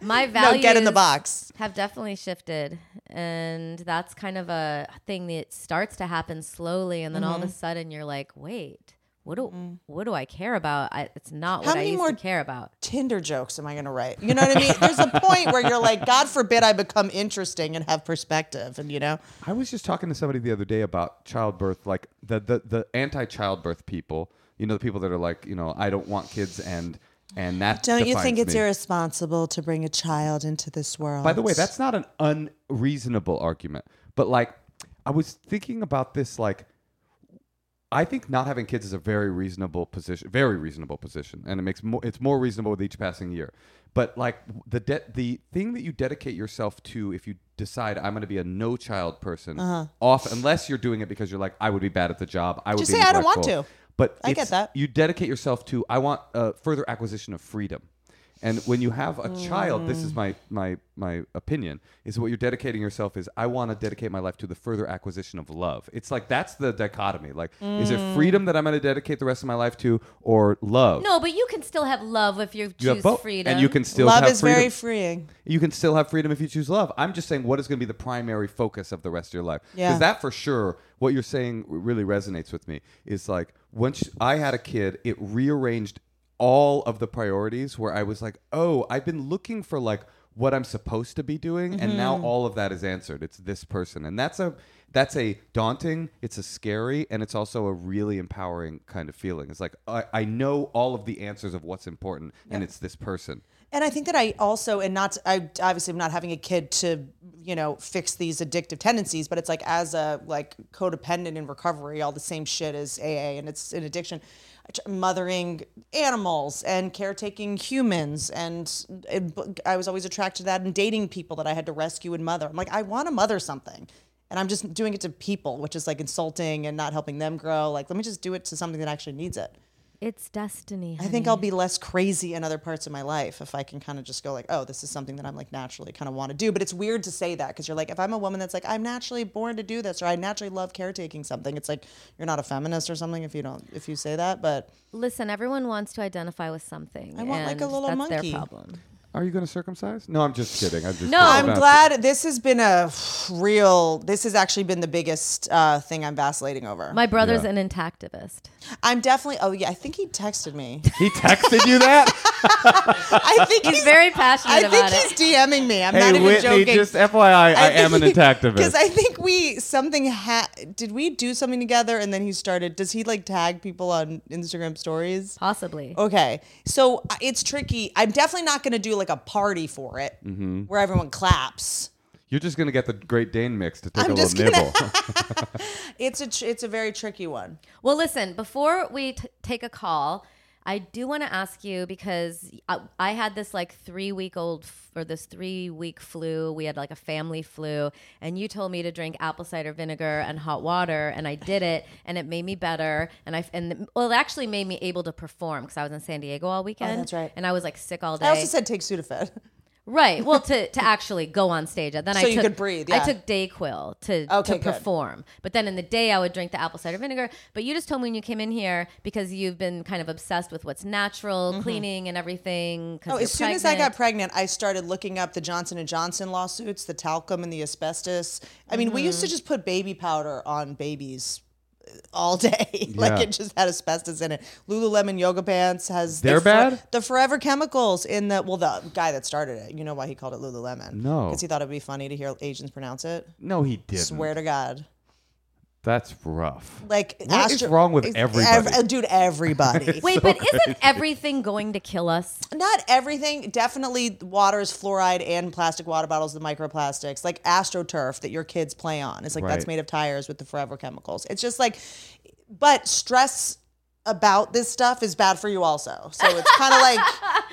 my No, values get in the box. have definitely shifted, and that's kind of a thing that starts to happen slowly, and then all of a Mm-hmm. sudden you're like, wait, what do what do I care about? I, it's not Mm. How what I many used more- to care about. Tinder jokes am I going to write? You know what I mean? There's a point where you're like, God forbid I become interesting and have perspective, and you know. I was just talking to somebody the other day about childbirth, like the the, the anti childbirth people. You know, the people that are like, you know, I don't want kids and and that Don't you think defines it's me. irresponsible to bring a child into this world? By the way, that's not an unreasonable argument. But like, I was thinking about this, like, I think not having kids is a very reasonable position, very reasonable position, and it makes more, it's more reasonable with each passing year. But like the de- the thing that you dedicate yourself to, if you decide I'm going to be a no child person, Uh-huh. off unless you're doing it because you're like I would be bad at the job, I would Just be say, "I don't want neglectful." to. But I get it's- that. You dedicate yourself to I want uh, further acquisition of freedom. And when you have a child, this Mm. is my my my opinion, is what you're dedicating yourself is I want to dedicate my life to the further acquisition of love. It's like that's the dichotomy. Like is it freedom that I'm going to dedicate the rest of my life to or love? Mm. No, but you can still have love if you, You choose have both, freedom. and you can still Love have is freedom. very freeing. you can still have freedom if you choose love. I'm just saying what is going to be the primary focus of the rest of your life. Yeah. that for sure, what you're saying really resonates with me. Is like once I had a kid, it rearranged all of the priorities where I was like, oh, I've been looking for like what I'm supposed to be doing, and now all of that is answered. It's this person, and that's a that's a daunting, it's a scary, and it's also a really empowering kind of feeling. It's like I, I know all of the answers of what's important, and it's this person. And I think that I also, and not, I obviously am not having a kid to, you know, fix these addictive tendencies, but it's like as a like codependent in recovery, all the same shit as AA and it's an addiction. Mothering animals and caretaking humans, and it, I was always attracted to that. And dating people that I had to rescue and mother. I'm like, I want to mother something, and I'm just doing it to people, which is like insulting and not helping them grow. Like, let me just do it to something that actually needs it. it's destiny. I think I'll be less crazy in other parts of my life if I can kind of just go like, oh, this is something that I'm like naturally kind of want to do. But it's weird to say that because you're like, if I'm a woman that's like, I'm naturally born to do this, or I naturally love caretaking something. It's like you're not a feminist or something if you don't if you say that. But Listen, everyone wants to identify with something. I want, like, a and little that's monkey. Their problem. Are you going to circumcise? No, I'm just kidding. I'm just No. kidding. Oh, I'm Not- glad this has been a real. This has actually been the biggest uh, thing I'm vacillating over. My brother's Yeah. an intactivist. I'm definitely. Oh yeah, I think he texted me. He texted you that? I think he's. He's very passionate I think about he's it. DMing me. I'm not even joking. FYI, I, Because I think we something ha- did we do something together and then he started. Does he like tag people on Instagram stories? Possibly. Okay, so uh, it's tricky. I'm definitely not going to do like a party for it where everyone claps. You're just going to get the Great Dane mix to take I'm a just little gonna- nibble. It's a tr- it's a very tricky one. Well, listen, before we t- take a call, I do want to ask you because I, I had this like three week old f- or this three week flu. We had like a family flu, and you told me to drink apple cider vinegar and hot water, and I did it, and it made me better. And I f- and well, it actually made me able to perform because I was in San Diego all weekend. Oh, that's right. And I was like sick all day. I also said take Sudafed. Right. Well, to, to actually go on stage. Then I So took, you could breathe, yeah. I took Dayquil to, to Okay, good. perform. But then in the day, I would drink the apple cider vinegar. But you just told me when you came in here because you've been kind of obsessed with what's natural, cleaning, and everything. Mm-hmm. Oh, as soon as I got pregnant, I started looking up the Johnson and Johnson lawsuits, the talcum and the asbestos. I mean, we used to just put baby powder on babies uh, all day, like Yeah. it just had asbestos in it. Lululemon yoga pants has the They're fore- bad? The forever chemicals in the well, the guy that started it, you know why he called it Lululemon? No. because he thought it'd be funny to hear Asians pronounce it. no, he didn't. Swear to God. That's rough. Like What is wrong with it's everybody? uh, dude, everybody. Wait, but isn't everything going to kill us? Not everything. Definitely waters, fluoride, and plastic water bottles, the microplastics, like AstroTurf that your kids play on. It's like that's Right. made of tires with the forever chemicals. It's just like, but stress about this stuff is bad for you also. So it's kind of like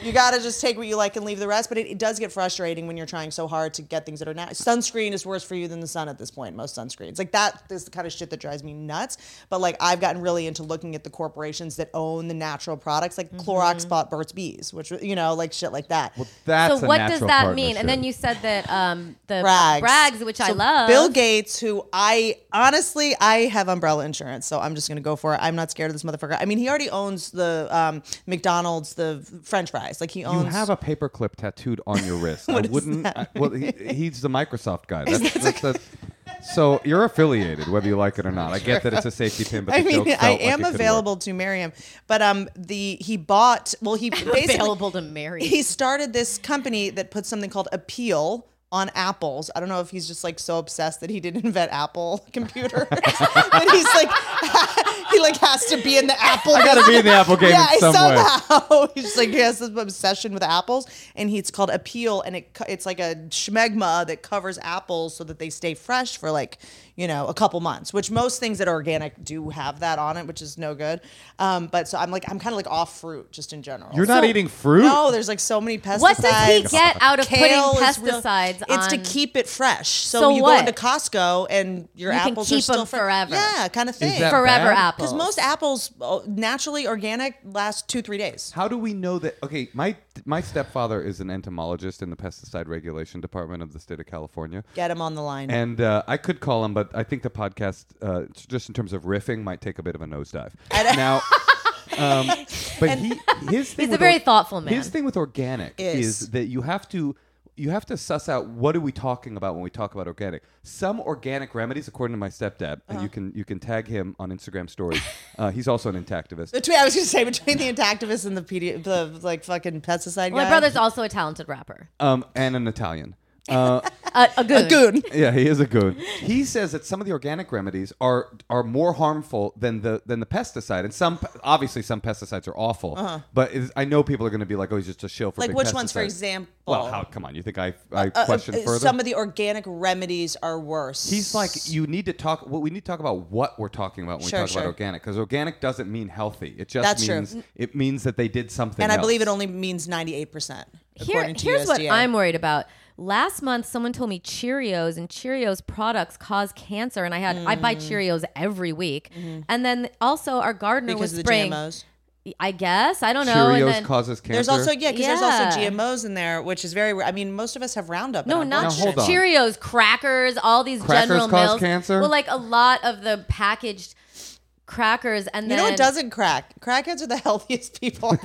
you got to just take what you like and leave the rest. But it, it does get frustrating when you're trying so hard to get things that are now. Sunscreen is worse for you than the sun at this point. Most sunscreens like that is the kind of shit that drives me nuts. But like I've gotten really into looking at the corporations that own the natural products, like Clorox bought Burt's Bees, which you know like shit like that. That's so a what does natural that mean? And partnership. then you said that um, the Brags. which I So love. Bill Gates, who I honestly, I have umbrella insurance, so I'm just gonna go for it. I'm not scared of this motherfucker. I mean, he already owns the um, McDonald's, the French fries. Like he You owns. have a paperclip tattooed on your wrist. I wouldn't. I, well, he, he's the Microsoft guy. That's, that's, that's- so you're affiliated, whether you like it or not. I get that it's a safety pin, but I the joke mean, felt I like it am could work. available to marry him, but um, the he bought. Well, he basically available to marry. he started this company that put something called Appeal. on apples. I don't know if he's just like so obsessed that he didn't invent Apple computers. that he's like he like has to be in the Apple. I gotta be in the Apple game yeah, in some way. somehow he's just like he has this obsession with apples, and he, it's called appeal, and it co- it's like a schmegma that covers apples so that they stay fresh for like you know a couple months. Which most things that are organic do have that on it, which is no good. Um, but so I'm like I'm kind of like off fruit just in general. You're not So- eating fruit. no, there's like so many pesticides. What does he get out of putting Kale is real- pesticides it's to on- keep it fresh. So, So you what? go into Costco and your You can apples keep are still 'em fre- forever. Yeah, kind of thing. that forever bad? apples. Because most apples, oh, naturally organic, last two three days. How do we know that? Okay, my my stepfather is an entomologist in the pesticide regulation department of the state of California. Get them on the line. And uh, I could call him, but I think the podcast, uh, just in terms of riffing, might take a bit of a nosedive. Now, um, but he, his He's thing a with very thoughtful man. His thing with organic is. Is. that you have to you have to suss out what are we talking about when we talk about organic. Some organic remedies, according to my stepdad, and Uh-huh. you can you can tag him on Instagram stories. uh, he's also an intactivist. between, I was gonna say between the intactivist and the PD, the like fucking pesticide My guy. brother's also a talented rapper. um, and an Italian. Uh, A, a goon. good. yeah, he is a goon. He says that some of the organic remedies are are more harmful than the than the pesticide, and some obviously some pesticides are awful. But is, I know people are going to be like, "Oh, he's just a shill for Uh-huh. Like big which ones, for pesticides." example? Well, how, come on, you think I I Uh, question uh, further? Some of the organic remedies are worse. He's like, you need to talk. Well, we need to talk about what we're talking about when Sure, we talk about sure. organic, because organic doesn't mean healthy. It just That's true. means it means that they did something. and I believe it else. only means ninety eight percent. Here, here's what I'm worried about. Last month, someone told me Cheerios and Cheerios products cause cancer, and I had I buy Mm. Cheerios every week, and then also our gardener Mm-hmm. because was of the spraying. GMOs. I guess I don't know. and Cheerios then, causes cancer. There's also yeah, because there's also Yeah. GMOs in there, which is very. I mean, most of us have Roundup. in No, our not Now, bloodstream. hold on. Cheerios, crackers, all these Crackers General cause Mills. cancer? Well, like a lot of the packaged crackers, and You then know what doesn't crack? Crackheads are the healthiest people.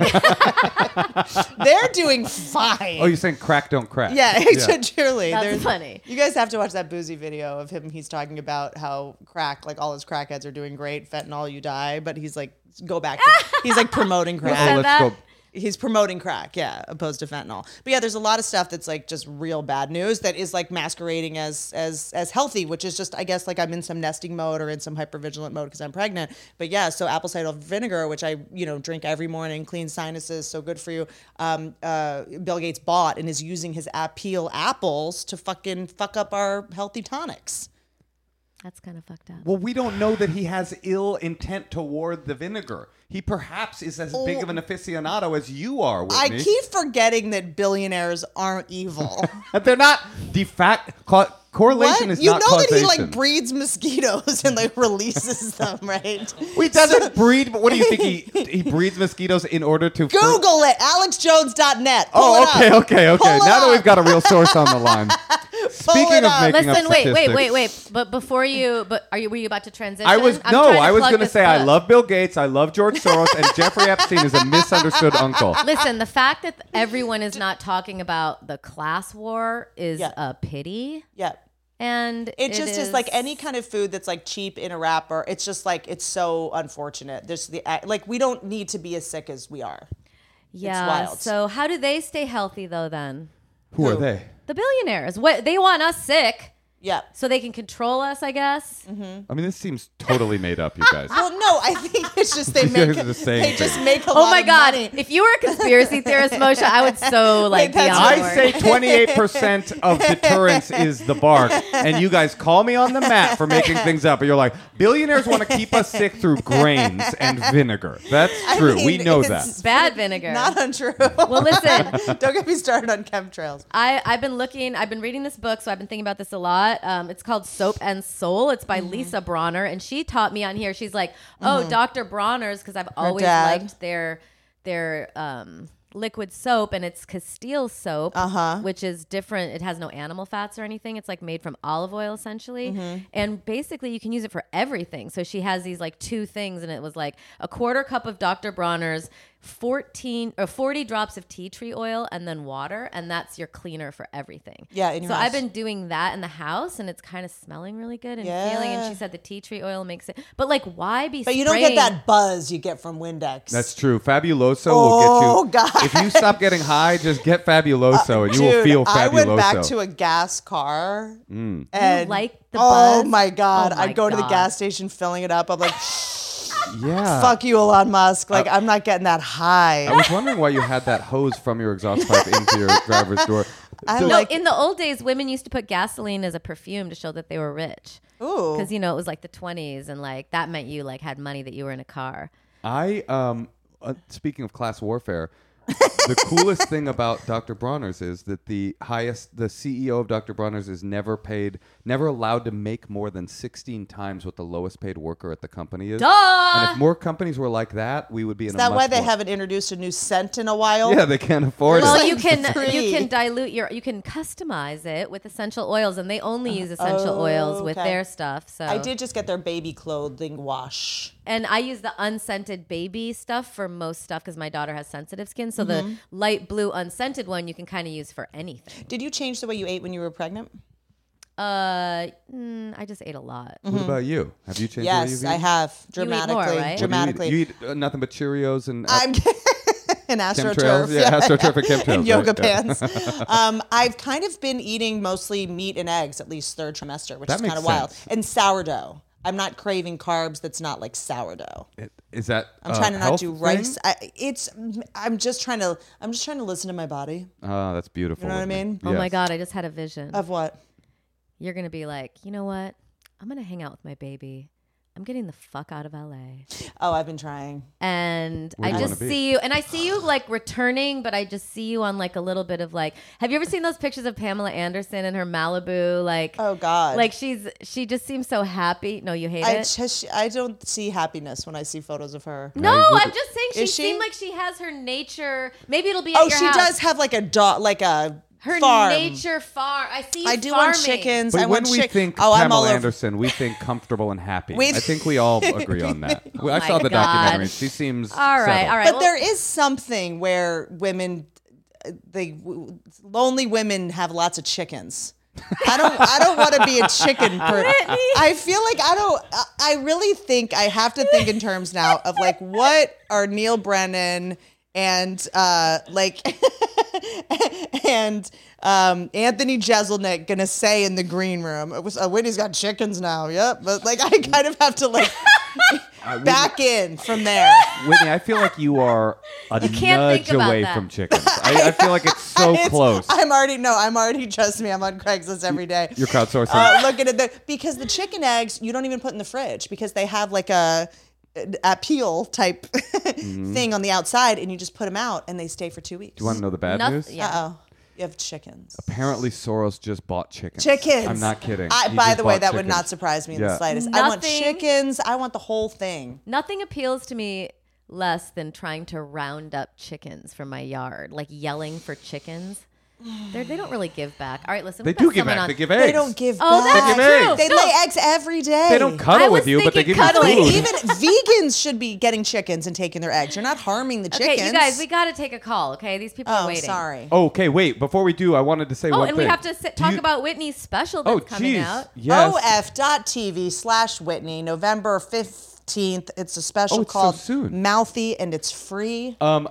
They're doing fine. Oh, you're saying crack don't crack? yeah, yeah. truly. That's there's- funny. You guys have to watch that boozy video of him. He's talking about how crack, like all his crackheads are doing great, fentanyl, you die. But he's like, go back. To, he's like promoting Oh, said crack. let's that? go. He's promoting crack, yeah, opposed to fentanyl. But yeah, there's a lot of stuff that's like just real bad news that is like masquerading as as as healthy, which is just I guess like I'm in some nesting mode or in some hypervigilant mode because I'm pregnant. But yeah, so apple cider vinegar, which I you know drink every morning, clean sinuses, so good for you. Um, uh, Bill Gates bought and is using his app- peel apples to fucking fuck up our healthy tonics. That's kind of fucked up. Well, we don't know that he has ill intent toward the vinegar. He perhaps is as big of an aficionado as you are, Oh. I Whitney. keep forgetting that billionaires aren't evil. They're not the fact co- correlation is you not know causation. that he like breeds mosquitoes and like releases them, right? he doesn't breed, but what do you think he he breeds mosquitoes in order to fer- Google it, alexjones.net. Pull Oh, it okay, up. okay, okay. Pull it Now that we've up. got a real source on the line. Speaking it of up. making Listen, up wait, wait, wait, statistics- wait. But before you, but are you? Were you about to transition? I was I'm no, trying to I was plug going to this say I book. love Bill Gates, I love George Soros, and Jeffrey Epstein is a misunderstood uncle. Listen, the fact that everyone is not talking about the class war is Yeah. a pity, Yeah. and it, It, just is. like any kind of food that's like cheap in a wrapper. It's just like it's so unfortunate. There's the like we don't need to be as sick as we are. yeah. wild. So how do they stay healthy though? Then Who are they? the billionaires, what they want us sick Yeah. so they can control us, I guess. I mean, this seems totally made up, you guys. Well, no, I think it's just they make guys are just saying they just make a lot Oh my of god! money. If you were a conspiracy theorist, Moshe, I would so like be that's on what- board. I say 28% of deterrence is the bark. And you guys call me on the mat for making things up. But you're like, billionaires want to keep us sick through grains and vinegar. That's true. we mean, know it's- that. bad vinegar. Not untrue. well, listen, don't get me started on chemtrails. I, I've been looking, I've been reading this book, so I've been thinking about this a lot. Um, it's called Soap and Soul. It's by Lisa Bronner, and she taught me on here. She's like, oh, Dr. Bronner's, because I've always dad. liked their their um, liquid soap, and it's Castile soap, uh-huh. which is different. It has no animal fats or anything. It's like made from olive oil, essentially. Mm-hmm. And basically, you can use it for everything. So she has these like two things, and it was like a quarter cup of Dr. Bronner's 14 or 40 drops of tea tree oil and then water, and that's your cleaner for everything. Yeah, in your so I've house. been doing that in the house, and it's kind of smelling really good and feeling. Yeah. And she said the tea tree oil makes it, but like, why be? But you don't get spraying- that buzz you get from Windex. That's true. Fabuloso Oh, will get you. God. If you stop getting high, just get Fabuloso, and you will Dude, feel Fabuloso. Mm. I went back to a gas car. And like the oh buzz? my god! Oh my I'd go to the God. gas station, filling it up. I'm like, yeah. fuck you, Elon Musk. Like I'm not getting that high. I was wondering why you had that hose from your exhaust pipe into your driver's door. I So- No, like- in the old days, women used to put gasoline as a perfume to show that they were rich. Ooh. Because you know it was like the 20s, and like that meant you like had money that you were in a car. I um uh, speaking of class warfare, the coolest thing about Dr. Bronner's is that the highest the CEO of Dr. Bronner's is never paid, never allowed to make more than 16 times what the lowest paid worker at the company is. And if more companies were like that, we would be in Is a that much why they more- haven't introduced a new scent in a while? Yeah, they can't afford Well, it. you can Free. you can dilute your you can customize it with essential oils, and they only use essential oils with Uh-huh. Oh, okay. their stuff. So I did just get their baby clothing wash. and I use the unscented baby stuff for most stuff because my daughter has sensitive skin. So Mm-hmm. the light blue unscented one you can kind of use for anything. Did you change the way you ate when you were pregnant? Uh, mm, I just ate a lot. What about you? Have you changed Mm-hmm. E Yes, the I way have eat more, dramatically. right? Dramatically. You eat, you eat uh, nothing but Cheerios and uh, I'm an astroturf. chemtrails. Yeah, astroturf and chemtrails. in yoga right? Yeah. pants. um, I've kind of been eating mostly meat and eggs, at least third trimester, which That is kind of makes wild. sense. And sourdough. I'm not craving carbs. That's not like sourdough. It- Is that I'm trying to not do rice. I, it's. I'm just trying to. I'm just trying to listen to my body. Oh, that's beautiful. know what I Whitney. mean? Oh my Yes. god, I just had a vision. Of what? You're gonna be like, you know what? I'm gonna hang out with my baby. I'm getting the fuck out of LA. Oh, I've been trying. and Where do I you just wanna be? see you, and I see you like returning, but I just see you on like a little bit of like. Have you ever seen those pictures of Pamela Anderson in her Malibu? Like, Oh God. like she's she just seems so happy. No, you hate I it. just. I don't see happiness when I see photos of her. no, I would- I'm just saying she, Is she? seemed like she has her nature. Maybe it'll be. Oh, at your she house. does have like a dog, like a Her farm. nature farm. I see. You I do farming. want chickens. But I when want we chick- think oh, I'm Pamela all over. Anderson, we think comfortable and happy. We- I think we all agree on that. I Oh my saw the God. documentary. She seems All right, settled. all right. But well- there is something where women, uh, they w- lonely women have lots of chickens. I don't. I don't want to be a chicken. Per- I feel like I don't. I- I really think I have to think in terms now of like what are Neil Brennan and uh like and um Anthony Jeselnik gonna say in the green room? It was uh, Whitney's got chickens now. Yep, but like I kind of have to like back in from there. Whitney, I feel like you are a can't nudge think about away that. from chickens. I, I feel like it's so It's- close. I'm already no. I'm already trust me. I'm on Craigslist every day. You're crowdsourcing. uh, looking at the because the chicken eggs you don't even put in the fridge because they have like a a peel type thing on the outside and you just put them out and they stay for two weeks. Mm-hmm. you want to know the bad Noth- news? yeah. Uh oh, you have chickens. Apparently, Soros just bought chickens. Chickens. I'm not kidding. I, He by just the way, bought that would chickens. not surprise me in Yeah. the slightest. I want Nothing- chickens. I want the whole thing. Nothing appeals to me less than trying to round up chickens from my yard, like yelling for chickens. They're, they don't really give back. All right, listen. They we've do got give someone back. on- They give eggs. They don't give Oh, back. that's They give true. eggs. They No. lay eggs every day. They don't I cuddle was with you, but they thinking give you cuddling. food. Even vegans should be getting chickens and taking their eggs. You're not harming the chickens. Okay, you guys, we got to take a call. Okay, these people oh, are waiting. sorry. Okay, wait. Before we do, I wanted to say Oh, one and thing. we have to sit, Do talk you- about Whitney's special that's Oh, coming jeez. out. Oh, Yes. OF.TV slash Whitney, November 15th. It's a special Oh, it's so called soon. Mouthy and it's free. Um,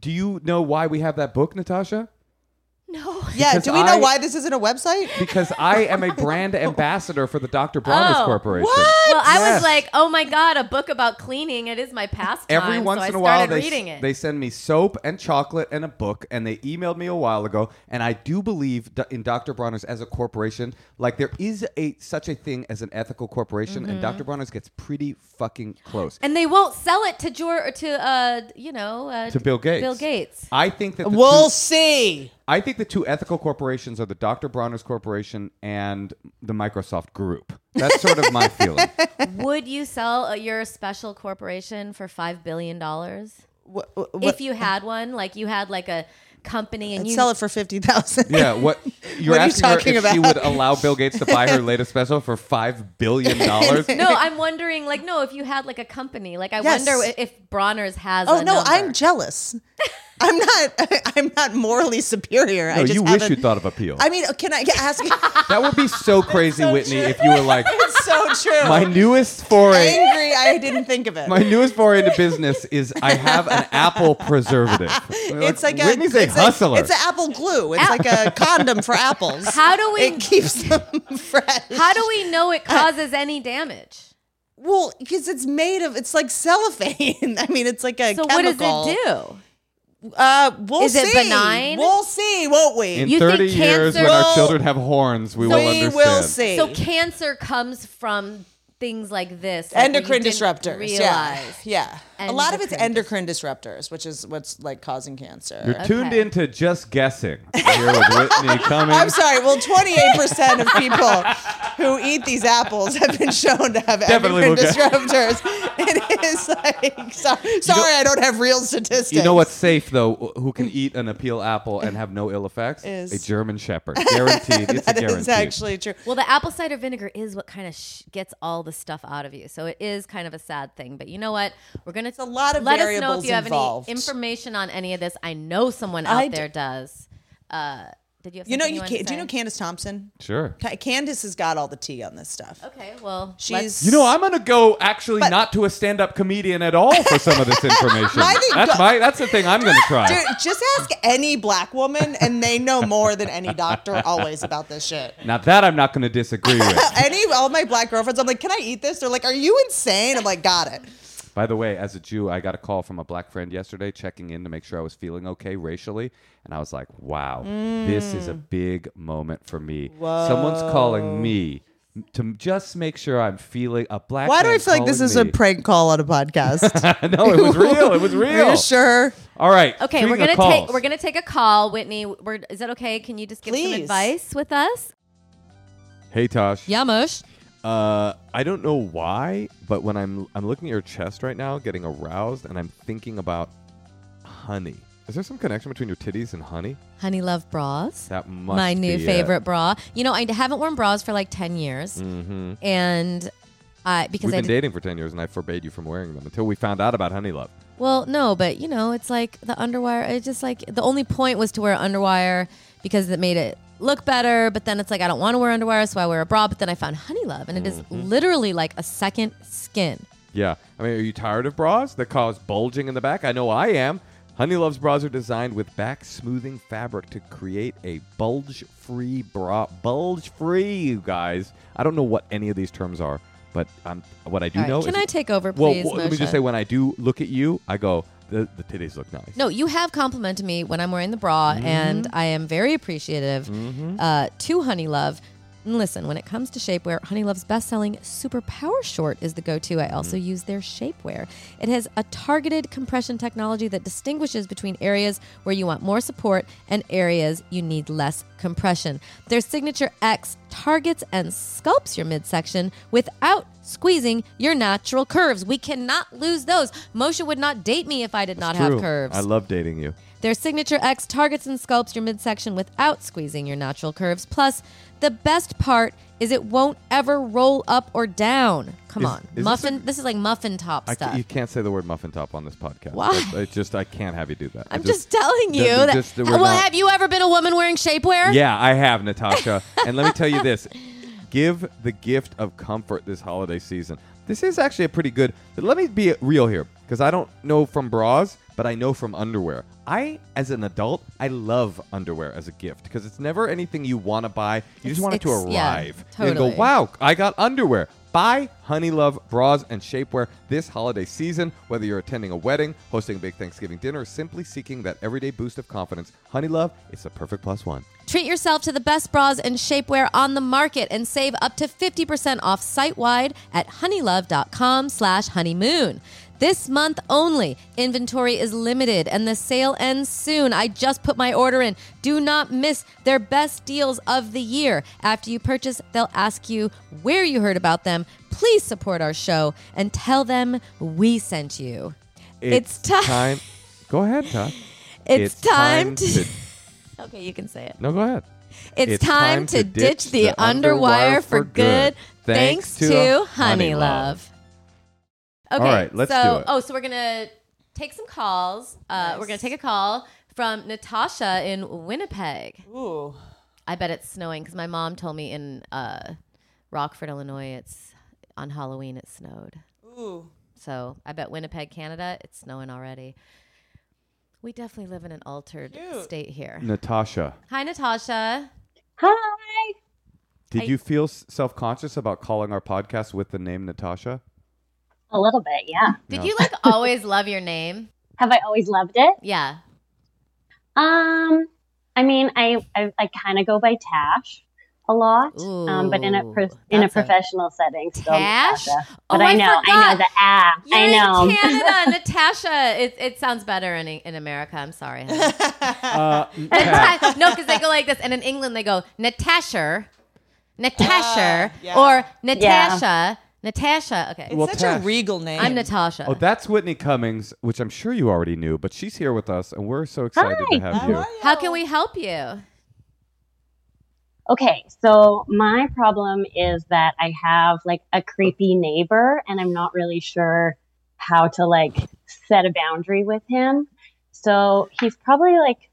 do you know why we have that book, Natasha? No. yeah, because do we know I- why this isn't a website? Because I am a brand ambassador for the Dr. Bronner's Oh. Corporation. Well, I Yes. was like, oh my god, a book about cleaning. It is my pastime. Every once so I in started a while, they, reading it. they send me soap and chocolate and a book, and they emailed me a while ago. And I do believe do- in Dr. Bronner's as a corporation. Like there is a such a thing as an ethical corporation, and Dr. Bronner's gets pretty fucking close Mm-hmm. and they won't sell it to Jor to uh, you know, uh, to Bill Gates. Bill Gates. I think that the We'll two, see. I think the two ethical corporations are the Dr. Bronner's Corporation and the Microsoft Group. That's sort of my feeling. Would you sell uh, your special corporation for five billion dollars Wh- wh- if you had one? Like you had like a company and I'd you sell it for fifty thousand. Yeah, what you're What are you asking her talking if she about? would allow Bill Gates to buy her latest special for five billion dollars? No, I'm wondering like no, if you had like a company, like I Yes. wonder if Bronner's has Oh a no, number. I'm jealous. I'm not. I'm not morally superior. I No, just you wish you haven't- thought of appeal. I mean, can I ask? that would be so crazy, Whitney, if you were like, it's so true. my newest foray, Angry. I didn't think of it. my newest foray into business is I have an apple preservative. it's like a, Whitney's it's hustler. A, it's an apple glue. It's like a condom for apples. How do we it keeps them fresh. how do we know it causes any damage? Well, because it's made of it's like cellophane. I mean, it's like a So what does chemical. it do? do? Uh, we'll Is see. it benign? We'll see, won't we? in You think 30 years, cancer- when our Well, children have horns, we will we understand. will see. So cancer comes from things like this. like, where you endocrine didn't disruptors. Realize. Yeah, yeah. A lot of it's Endocrine endocrine disruptors, which is what's like causing cancer. You're tuned Okay. into Just Guessing. Here with Whitney I'm Cummings. sorry. Well, 28% of people who eat these apples have been shown to have Definitely endocrine will get- disruptors. It is like, sorry, sorry I don't have real statistics. You know what's safe though? Who can eat an appeal apple and have no ill effects? Is- a German Shepherd, guaranteed. It's a That guarantee. is actually true. Well, the apple cider vinegar is what kind of sh- gets all the stuff out of you. So it is kind of a sad thing. But you know what? We're gonna it's a lot of let us know if variables you have involved. any information on any of this. I know someone out I d- there does. Uh, did you have You know, something you wanted to can, do you know say? Candace Thompson? sure. Ca- Candace has got all the tea on this stuff. Okay, well, let's- She's You know, I'm gonna go actually not to a stand-up comedian at all for some of this information. My thing- that's my. That's the thing I'm gonna try. Dude, just ask any black woman, and they know more than any doctor always about this shit. Now that I'm not gonna disagree with. Any all my black girlfriends, I'm like, can I eat this? They're like, are you insane? I'm like, got it. By the way, as a Jew, I got a call from a black friend yesterday checking in to make sure I was feeling okay racially, and I was like, "Wow, this is a Mm. big moment for me. Someone's calling me." To just make sure I'm feeling a black. Why do I man feel like this calling is a me. prank call on a podcast? no, it was real. It was real. Are you sure? All right. Okay, speaking we're of gonna calls, take we're gonna take a call, Whitney. We're, is that okay? Can you just give some Please. advice with us? Hey Tosh. Yamush. Uh, I don't know why, but when I'm I'm looking at your chest right now, getting aroused, and I'm thinking about honey. Is there some connection between your titties and honey? Honey Love Bras. That must my new be it. favorite bra. You know, I haven't worn bras for like 10 years. And I, because Mm-hmm. We've I, did- been dating for ten years, and I forbade you from wearing them until we found out about Honey Love. well, no, but you know, it's like the underwire. It's just like the only point was to wear underwire because it made it look better. But then it's like, I don't want to wear underwire, so I wear a bra. But then I found Honey Love, and it is literally like a second skin. Yeah. I mean, are you tired of bras that cause bulging in the back? I know I am. Honey Love's bras are designed with back smoothing fabric to create a bulge free bra. Bulge free, you guys. I don't know what any of these terms are, but I'm, what I do All right, know Can is. I take over, well, please? well, let me Moshe? just say, when I do look at you, I go, the, the titties look nice. No, you have complimented me when I'm wearing the bra, Mm-hmm. and I am very appreciative uh, to Honey Love. And Listen, when it comes to shapewear, Honey Love's best-selling Super Power Short is the go-to. I also Mm-hmm. use their shapewear. It has a targeted compression technology that distinguishes between areas where you want more support and areas you need less compression. Their signature X targets and sculpts your midsection without squeezing your natural curves. We cannot lose those. Moshe would not date me if I did not It's have true. curves. I love dating you. Their signature X targets and sculpts your midsection without squeezing your natural curves. Plus, the best part is it won't ever roll up or down. Come Is- on, is this muffin. a- This, is like muffin top I ca- stuff. you can't say the word muffin top on this podcast. Why? That's- I just I can't have you do that. I I'm just, telling you th- that. just that we're well, not- have you ever been a woman wearing shapewear? Yeah, I have, Natasha. and let me tell you this give the gift of comfort this holiday season. This is actually a pretty good. But let me be real here because I don't know from bras, but I know from underwear. I, as an adult, I love underwear as a gift because it's never anything you want to buy. You just It's- want it to it's- yeah, arrive. You can totally. go, wow, I got underwear. Buy Honey Love bras and shapewear this holiday season. Whether you're attending a wedding, hosting a big Thanksgiving dinner, or simply seeking that everyday boost of confidence, Honey Love is the perfect plus one. Treat yourself to the best bras and shapewear on the market and save up to 50% off site-wide at honeylove.com slash honeymoon. This month only, inventory is limited and the sale ends soon. I just put my order in. Do not miss their best deals of the year. After you purchase, they'll ask you where you heard about them. Please support our show and tell them we sent you. It's, time. Go ahead, Todd. It's, time, to. okay, you can say it. No, go ahead. It's, time, to ditch, the underwire for good. Thanks to Honey Love. Okay, right, let's so, do it. Oh, so we're gonna take some calls. Uh, We're gonna take a call from Natasha in Winnipeg. Ooh. I bet it's snowing because my mom told me in uh, Rockford, Illinois, it's on Halloween it snowed. Ooh. So I bet Winnipeg, Canada, it's snowing already. We definitely live in an altered Cute. state here. Natasha, Hi, Natasha. Hi. did I- you feel s- self-conscious about calling our podcast with the name Natasha? A little bit, yeah. Did No. you like always love your name? Have I always loved it? Yeah. Um, I mean, I I, I kind of go by Tash a lot, um, but in a Ooh, pro- in a that's a- professional setting. still Tash? Natasha. Oh, But I I know, I forgot. know the ah, You're I know. in Canada, Natasha. It, it sounds better in in America. I'm sorry. honey. Uh, Tash. Nata- no, because they go like this, and in England they go Natasha, Natasha, Ah, Uh, yeah. or Natasha, Natasha. Okay, It's Well, such Tash. a regal name. I'm Natasha. Oh, that's Whitney Cummings, which I'm sure you already knew, but she's here with us, and we're so excited Hi. to have How you. are How can you? we help you? Okay, so my problem is that I have like a creepy neighbor and I'm not really sure how to like set a boundary with him. So he's probably like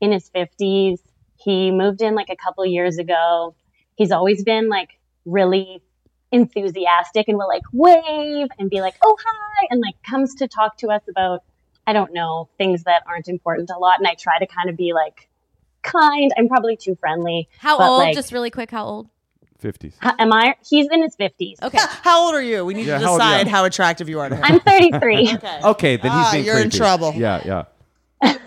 in his 50s. He moved in like a couple years ago. He's always been like really enthusiastic and will like wave and be like, oh, hi, and like comes to talk to us about, I don't know, things that aren't important a lot. And I try to kind of be like kind. I'm probably too friendly. How But, old? like- Just really quick. How old? 50s. How, am I? He's in his 50s. Okay. How old are you? We need Yeah, to how old- yeah. decide how attractive you are to him. I'm 33. okay. Okay, then he's Ah, being you're in creepy. trouble. Yeah, yeah.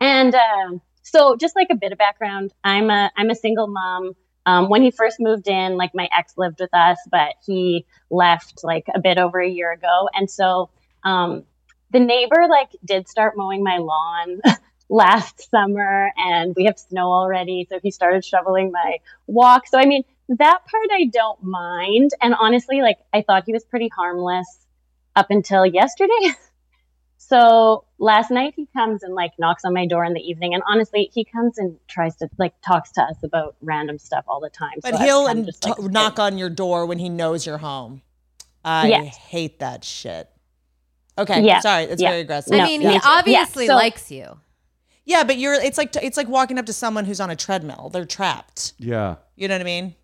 and um, so, just like a bit of background, I'm a I'm a single mom. Um, when he first moved in, like my ex lived with us, but he left like a bit over a year ago, and so um, the neighbor like did start mowing my lawn last summer, and we have snow already, so he started shoveling my walk. So I mean, that part I don't mind, and honestly, like I thought he was pretty harmless up until yesterday. So last night he comes and like knocks on my door in the evening, and honestly, he comes and tries to like talks to us about random stuff all the time. But So he'll I'm and just like, t- knock on your door when he knows you're home. I Yes. hate that shit. Okay, Yeah. sorry, it's Yeah. very aggressive. I No, mean, uh, yeah. he obviously Yeah, so- likes you. yeah, but you're. It's like it's like walking up to someone who's on a treadmill. They're trapped. Yeah. You know what I mean?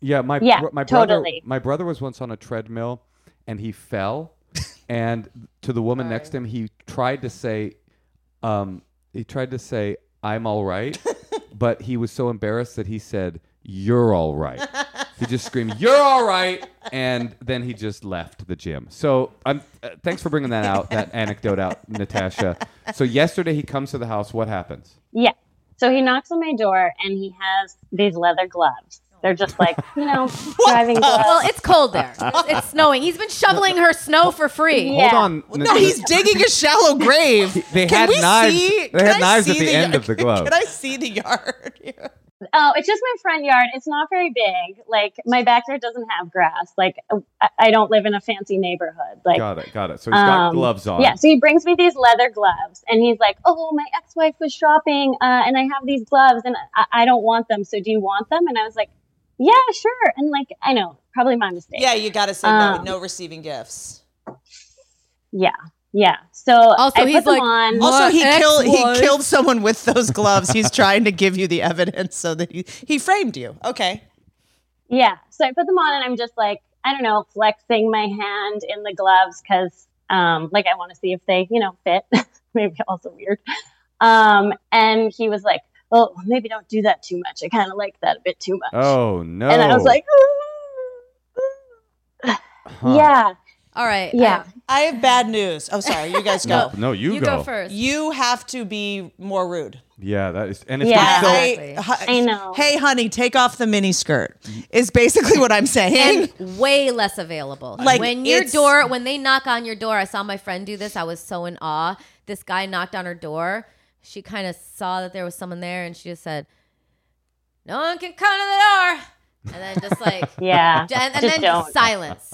Yeah, my Yeah, bro- my brother totally. my brother was once on a treadmill and he fell and to the woman next to him he tried to say um he tried to say I'm all right but he was so embarrassed that he said you're all right. He just screamed you're all right and then he just left the gym. So I'm uh, thanks for bringing that out that anecdote out Natasha. So yesterday he comes to the house what happens? Yeah. So he knocks on my door and he has these leather gloves. They're just like, you know, driving gloves. Well, it's cold there. it's snowing. He's been shoveling her snow for free. Yeah. Hold on. No, he's digging a shallow grave. they Can had we knives. See? They can had I knives at see the, end yard? of the glove. Can I see the yard? Oh, it's just my front yard. It's not very big. Like my backyard doesn't have grass. Like uh, I- I don't live in a fancy neighborhood. Like got it, got it. So he's got Um, gloves on. Yeah, so he brings me these leather gloves, and he's like, "Oh, my ex-wife was shopping, uh, and I have these gloves, and I-, I don't want them. So do you want them?" And I was like, "Yeah, sure." And like, I know, probably my mistake. yeah, you gotta say no. Um, No receiving gifts. yeah. So Also, I put he's them like- "Oh, on. Well, Also, he My killed ex-wife. he killed someone with those gloves. He's trying to give you the evidence so that he, he framed you. Okay. Yeah. So I put them on and I'm just like, I don't know, flexing my hand in the gloves because, um, like, I want to see if they, you know, fit. maybe also weird. Um, and he was like, oh, maybe don't do that too much. I kind of like that a bit too much. Oh no. And I was like, Huh. yeah, All right. yeah. I- I have bad news. Oh, sorry. You guys go. No, no, you, you go first. You have to be more rude. Yeah, that is. And if Yeah. you I- don't, Exactly. hu- I know. Hey, honey, take off the mini skirt. Is basically what I'm saying. and way less available. Like Like, when your it's- door, when they knock on your door, I saw my friend do this. I was so in awe. This guy knocked on her door. She kind of saw that there was someone there, and she just said, "No one can come to the door." And then just like, Yeah. and, and Just then don't. silence.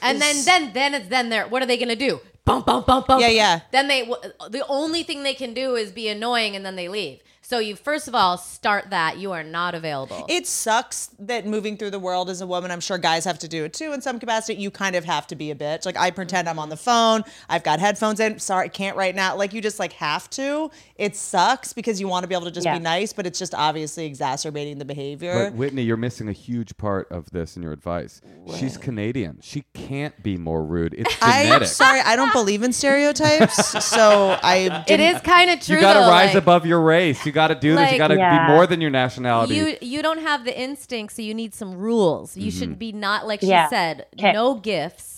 And then then then it's then they're what are they gonna do? bump, bump, bump, bump. Yeah, yeah. Then they, w- the only thing they can do is be annoying and then they leave. So you, first of all, start that. You are not available. It sucks that moving through the world as a woman, I'm sure guys have to do it too in some capacity. You kind of have to be a bitch. Like I pretend I'm on the phone, I've got headphones in. Sorry, can't right now. Like you just like have to. It sucks because you want to be able to just Yeah. be nice, but it's just obviously exacerbating the behavior. But Whitney, you're missing a huge part of this in your advice. She's Canadian. She can't be more rude. It's I'm genetic. sorry, I don't believe in stereotypes, so I it didn't- is kind of true. you got to though, rise like, above your race. You got to do this. like- You got to Yeah. be more than your nationality. You you don't have the instinct, so you need some rules. You Mm-hmm. should be not like she Yeah. said, Okay. no gifts.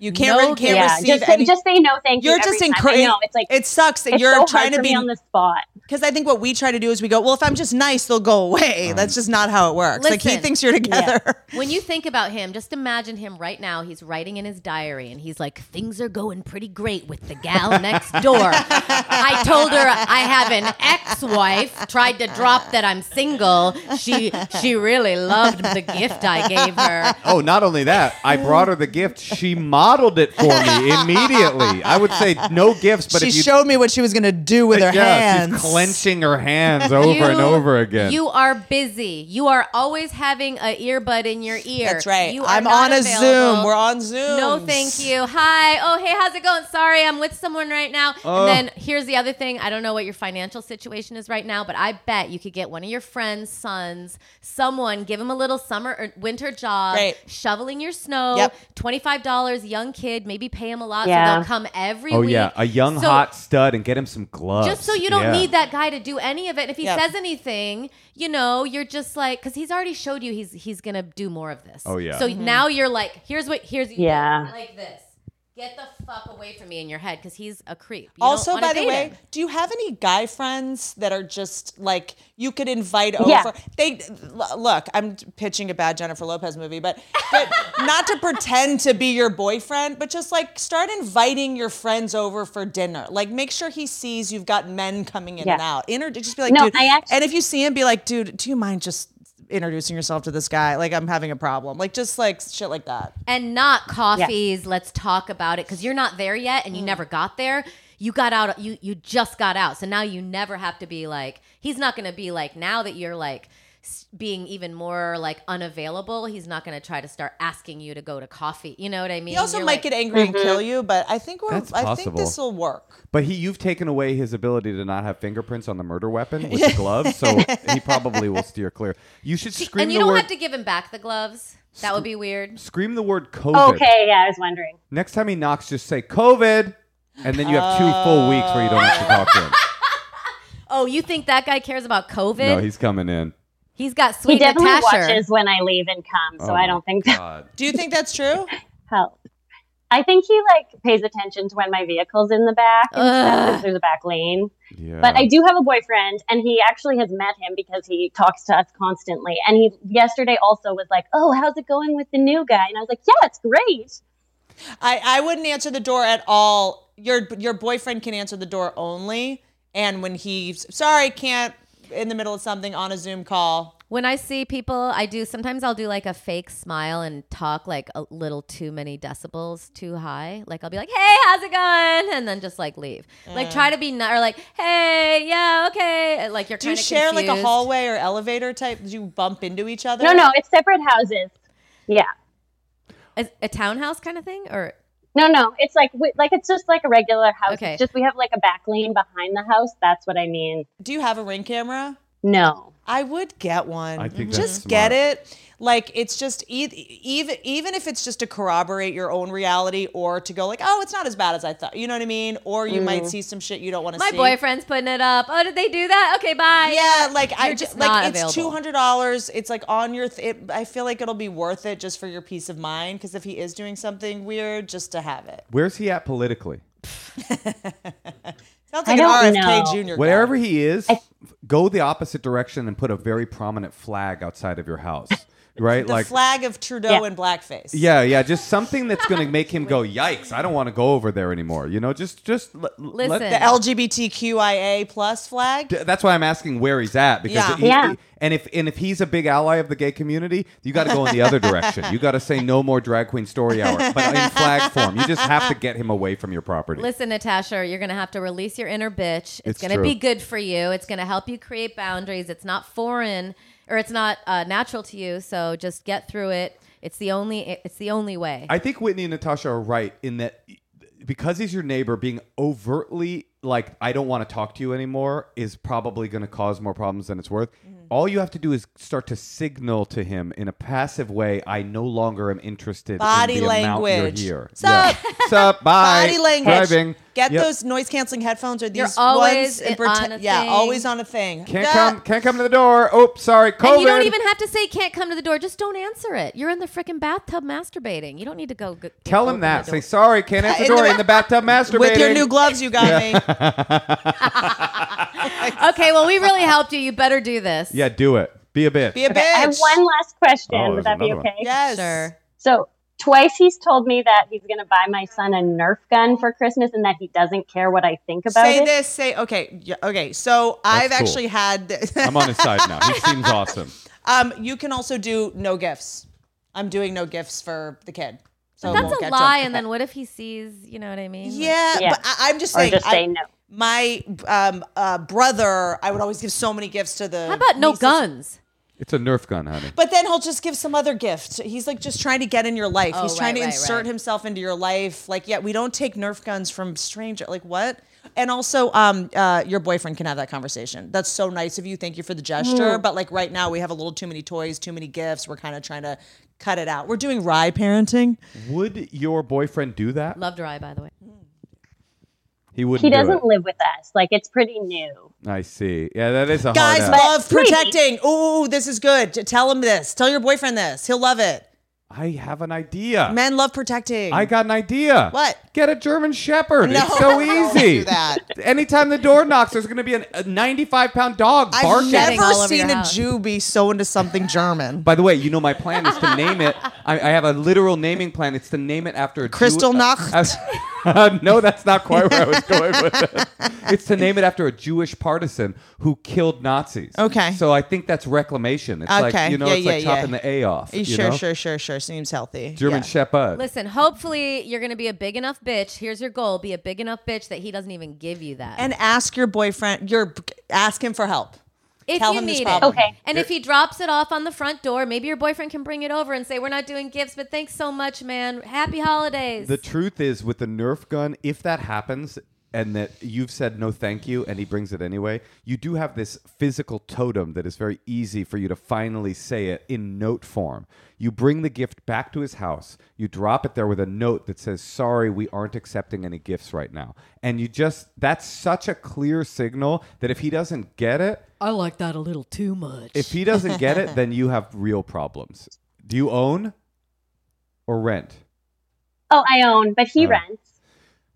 you can't, No, re- can't yeah, receive just say, any. just say no, thank you. you're every just time. I encouraging. know, It's like it sucks that it's you're so trying hard to for be me on the spot. Because I think what we try to do is we go, well, if I'm just nice, they'll go Um, away. That's just not how it works. like he Listen. thinks you're together. When you think about him, just imagine him right now. He's writing in his diary and he's like, Things are going pretty great with the gal next door. I told her I have an ex wife, tried to drop that I'm single. She she really loved the gift I gave her. Oh, not only that, I brought her the gift. She modeled it for me immediately. I would say no gifts, but she if you showed me what she was going to do with her yeah, hands. she's clenching her hands over You- and over again. You are busy. You are always having an earbud in your ear. That's right. You are I'm not on a available. Zoom. We're on Zoom. No, thank you. Hi. Oh, hey, how's it going? Sorry, I'm with someone right now. Oh. And then here's the other thing. I don't know what your financial situation is right now, but I bet you could get one of your friends' sons, someone, give him a little summer or winter job, Right. shoveling your snow, Yep. $25, young kid, maybe pay him a lot so Yeah. they'll come every oh week. yeah, a young So- hot stud, and get him some gloves. just so you don't Yeah. need that guy to do any of it. And if he Yep. says anything, you know, you're just like, because he's already showed you he's he's gonna do more of this. Oh, yeah. So Mm-hmm. now you're like, here's what here's Yeah. like this. Get the fuck away from me in your head because he's a creep. You don't Also, wanna by the date way, him. do you have any guy friends that are just like you could invite over? Yeah. They l- look. I'm pitching a bad Jennifer Lopez movie, but, but not to pretend to be your boyfriend, but just like start inviting your friends over for dinner. Like make sure he sees you've got men coming in Yeah. and out. Inter- just be like, No, dude. I act- and if you see him, be like, dude, do you mind just introducing yourself to this guy? Like I'm having a problem. Like just like shit like that. and not coffees. Let's talk about it because you're not there yet, Mm. and you never got there. You got out. You you just got out, so now you never have to be like. He's not going to be like now that you're like s- being even more like unavailable. He's not going to try to start asking you to go to coffee. You know what I mean? He also You're might like- get angry and kill you, but I think we're. That's I think possible. this will work. But he, you've taken away his ability to not have fingerprints on the murder weapon with the glove, so he probably will steer clear. You should scream and you the don't word. have to give him back the gloves. That would be weird. Scream the word COVID. Okay, yeah, I was wondering. Next time he knocks, just say COVID, and then you have two full weeks where you don't have to talk to him. Oh, you think that guy cares about COVID? No, he's coming in. he's got He sweet definitely Natasha. watches when I leave and come, so Oh I my don't think that God. Do you think that's true? helps. I think he like pays attention to when my vehicle's in the back and stuff Ugh. because there's a back lane. Yeah. But I do have a boyfriend, and he actually has met him because he talks to us constantly. And he yesterday also was like, "Oh, how's it going with the new guy?" And I was like, "Yeah, it's great." I, I wouldn't answer the door at all. Your your boyfriend can answer the door only, and when he's sorry, can't in the middle of something on a Zoom call. When I see people, I do sometimes I'll do like a fake smile and talk like a little too many decibels too high. Like I'll be like, "Hey, how's it going?" and then just like leave. Like try to be not or like, "Hey, yeah, okay." Like you're Mm. Do you kind of share like a hallway or elevator type? Do you bump into each other? No, no, it's separate houses. Yeah, a, a townhouse kind of thing or no, no, it's like we, like it's just like a regular house. Okay. It's just we have like a back lane behind the house. That's what I mean. Do you have a ring camera? No. I would get one. I think that's just smart. get it. Like it's just e- even even if it's just to corroborate your own reality or to go like, oh, it's not as bad as I thought. You know what I mean? Or you might Mm. see some shit you don't want to my see. boyfriend's putting it up. Oh, did they do that? Okay, bye. Yeah, like I You're just just like not it's two available. hundred dollars. It's like on your. Th- it, I feel like it'll be worth it just for your peace of mind. Because if he is doing something weird, just to have it Where's he at politically? sounds I like an RFK don't know. Jr. guy. Wherever he is, go the opposite direction and put a very prominent flag outside of your house. right? The like flag of Trudeau Yeah. and blackface. Yeah, yeah, just something that's going to make him go yikes. I don't want to go over there anymore. You know, just just l- l- let- Listen. The LGBTQIA plus flag. D- that's why I'm asking where he's at because Yeah. he- Yeah. he- and if and if he's a big ally of the gay community, you got to go in the other direction. You got to say no more drag queen story hour, but in flag form. You just have to get him away from your property. Listen, Natasha, you're going to have to release your inner bitch. It's, It's going to true. be good for you. It's going to help you create boundaries. It's not foreign or it's not uh, natural to you. So just get through it. It's the only. It's the only way. I think Whitney and Natasha are right in that e, because he's your neighbor, being overtly like, I don't want to talk to you anymore is probably going to cause more problems than it's worth. Mm-hmm. All you have to do is start to signal to him in a passive way, I no longer am interested Body in the amount language. you're here. Sup? Sup, bye. Body language. Driving. Get Yep. those noise canceling headphones or these always ones. and i- on pretend- a yeah, thing. always on a thing. Can't Nah. come. Can't come to the door. Oh, sorry. COVID. And you don't even have to say can't come to the door. Just don't answer it. You're in the freaking bathtub masturbating. You don't need to go. g- Tell open him the that. door. Say sorry. Can't answer the Oh, In the door ba- in the bathtub masturbating. With your new gloves, you got me. okay, well, we really helped you. You better do this. yeah, do it. Be a bitch. Be a bitch. I have one last question. Oh, there's Would that be another one. okay? Yes. Sure. So twice he's told me that he's going to buy my son a Nerf gun for Christmas and that he doesn't care what I think about Say it. this. Say okay. Yeah, okay. So I've cool. actually had. I'm on his side now. He seems awesome. um, you can also do no gifts. I'm doing no gifts for the kid. So it That's won't a get to lie. him. And then what if he sees? You know what I mean? Yeah, Yeah. but I, I'm just Or saying. just I- say no. My um, uh, brother, I would always give so many gifts to the. How about no nieces. guns? It's a Nerf gun, honey. But then he'll just give some other gift. He's like just trying to get in your life. Oh, He's right, trying to right, insert right. himself into your life. Like, yeah, we don't take Nerf guns from stranger. Like, what? And also, um, uh, your boyfriend can have that conversation. That's so nice of you. Thank you for the Mm. gesture. But like right now, we have a little too many toys, too many gifts. We're kind of trying to cut it out. We're doing rye parenting. Would your boyfriend do that? Love dry, by the way. He wouldn't. He do doesn't it. live with us. Like it's pretty new. I see. Yeah, that is a Guys hard. act. love protecting. Ooh, this is good. Tell him this. Tell your boyfriend this. He'll love it. I have an idea. Men love protecting. I got an idea. What? Get a German Shepherd. No, it's so don't easy. do that. Anytime the door knocks, there's going to be an, a 95 pound dog I've barking. Getting all never over seen your a house. Jew be so into something German. By the way, you know my plan is to name it. I, I have a literal naming plan. It's to name it after a Jew- Kristallnacht? uh, no, that's not quite where I was going with it. It's to name it after a Jewish partisan who killed Nazis. Okay. So I think that's reclamation. It's like Okay. you know, Yeah, it's like yeah, yeah. chopping the A off. You sure, know? sure, sure, sure. Seems healthy. German Yeah. Shepherd. Listen, hopefully you're going to be a big enough bitch. Here's your goal be a big enough bitch that he doesn't even give you that. and ask your boyfriend. Your ask him for help. if tell you him this need it. problem. Okay. And if he drops it off on the front door, maybe your boyfriend can bring it over and say, We're not doing gifts, but thanks so much, man. Happy holidays. The truth is, with the Nerf gun, if that happens and that you've said no thank you and he brings it anyway, you do have this physical totem that is very easy for you to finally say it in note form. You bring the gift back to his house, you drop it there with a note that says, Sorry, we aren't accepting any gifts right now. And you just, that's such a clear signal that if he doesn't get it, I like that a little too much. if he doesn't get it, then you have real problems. Do you own or rent? Oh, I own, but he Oh. rents.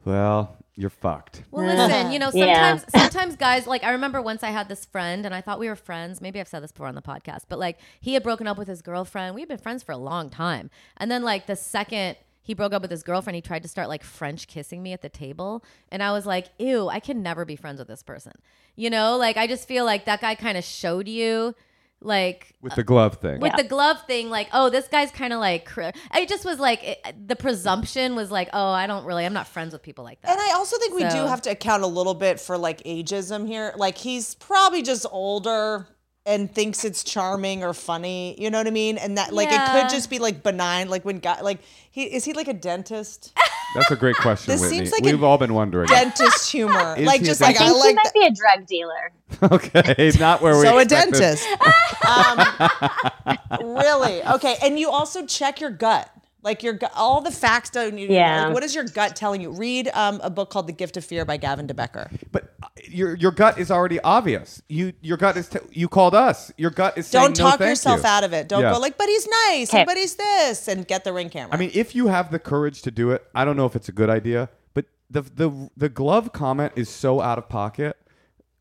Well, you're fucked. Well, listen, you know, Yeah. sometimes sometimes guys like I remember once I had this friend and I thought we were friends. Maybe I've said this before on the podcast, but like he had broken up with his girlfriend. We've been friends for a long time, and then like the second he broke up with his girlfriend, he tried to start like French kissing me at the table, and I was like, "Ew, I can never be friends with this person." You know, like I just feel like that guy kind of showed you, like With the glove thing. with the glove thing, like, oh, this guy's kind of like, cr- I just was like, it, the presumption was like, oh, I don't really, I'm not friends with people like that. And I also think we So- do have to account a little bit for like ageism here. Like he's probably just older and thinks it's charming or funny. You know what I mean? And that like it Yeah. could just be like benign. Like when guy like he is he like a dentist? That's a great question, This Whitney. seems like We've an all been wondering. dentist humor. Is like he a just like I I think he like might that. be a drug dealer. okay, not where we. so a expected. dentist. um, really? Okay. And you also check your gut. Like your gut, all the facts don't you Yeah. like, what is your gut telling you? Read um, a book called The Gift of Fear by Gavin DeBecker. But uh, your your gut is already obvious. You your gut is t- you called us. Your gut is saying Don't no, talk thank yourself you. out of it. Don't Yeah. go like, but he's nice, Okay. and but he's this, and get the ring camera. I mean, if you have the courage to do it, I don't know if it's a good idea. But the the the glove comment is so out of pocket.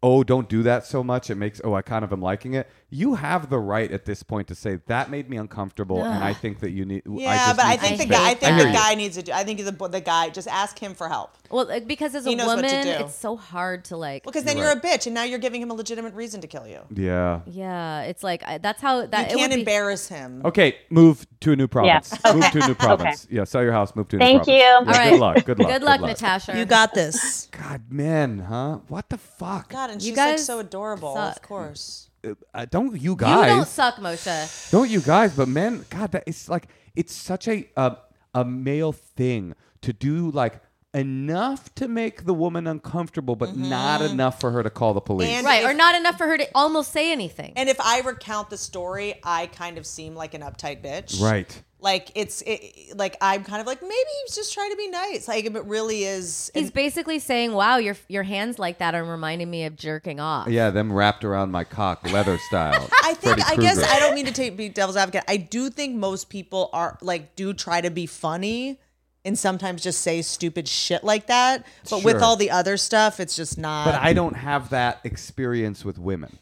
Oh, don't do that so much. It makes oh, I kind of am liking it. you have the right at this point to say that made me uncomfortable, and I think that you need. I Yeah, just but I need think some the guy. I space." think hear the you. guy needs to do. I think the the guy just ask him for help Well, like, because as a He knows what to woman, do. it's so hard to like. because then You're you're, a bitch, and now you're giving him a legitimate reason to kill you. Yeah. yeah, it's like I, that's how that you it would can't be- embarrass him. Okay, move to a new province. Move to a new province. Yeah, sell your house, move to a new Thank province. you. Yeah, All right. Good luck. Good luck. Good luck, Natasha. You got this. God, men, huh? What the fuck? God, and You she's like guys so adorable. Of suck. course. Uh, don't you You guys? don't suck, Moshe. Don't you guys? But men, God, that it's like it's such a uh, a male thing to do like enough to make the woman uncomfortable, but not enough for her to call the police. And- Mm-hmm. Right, or if- not enough for her to almost say anything. And if I recount the story, I kind of seem like an uptight bitch. right. Like it's it, like I'm kind of like maybe he's just trying to be nice. Like if it really is. He's basically saying, "Wow, your your hands like that are reminding me of jerking off." Yeah, them wrapped around my cock, leather style. I think Freddy I guess Krueger. I don't mean to take, be devil's advocate. I do think most people are like do try to be funny and sometimes just say stupid shit like that. Sure. But with all the other stuff, it's just not. but I don't have that experience with women.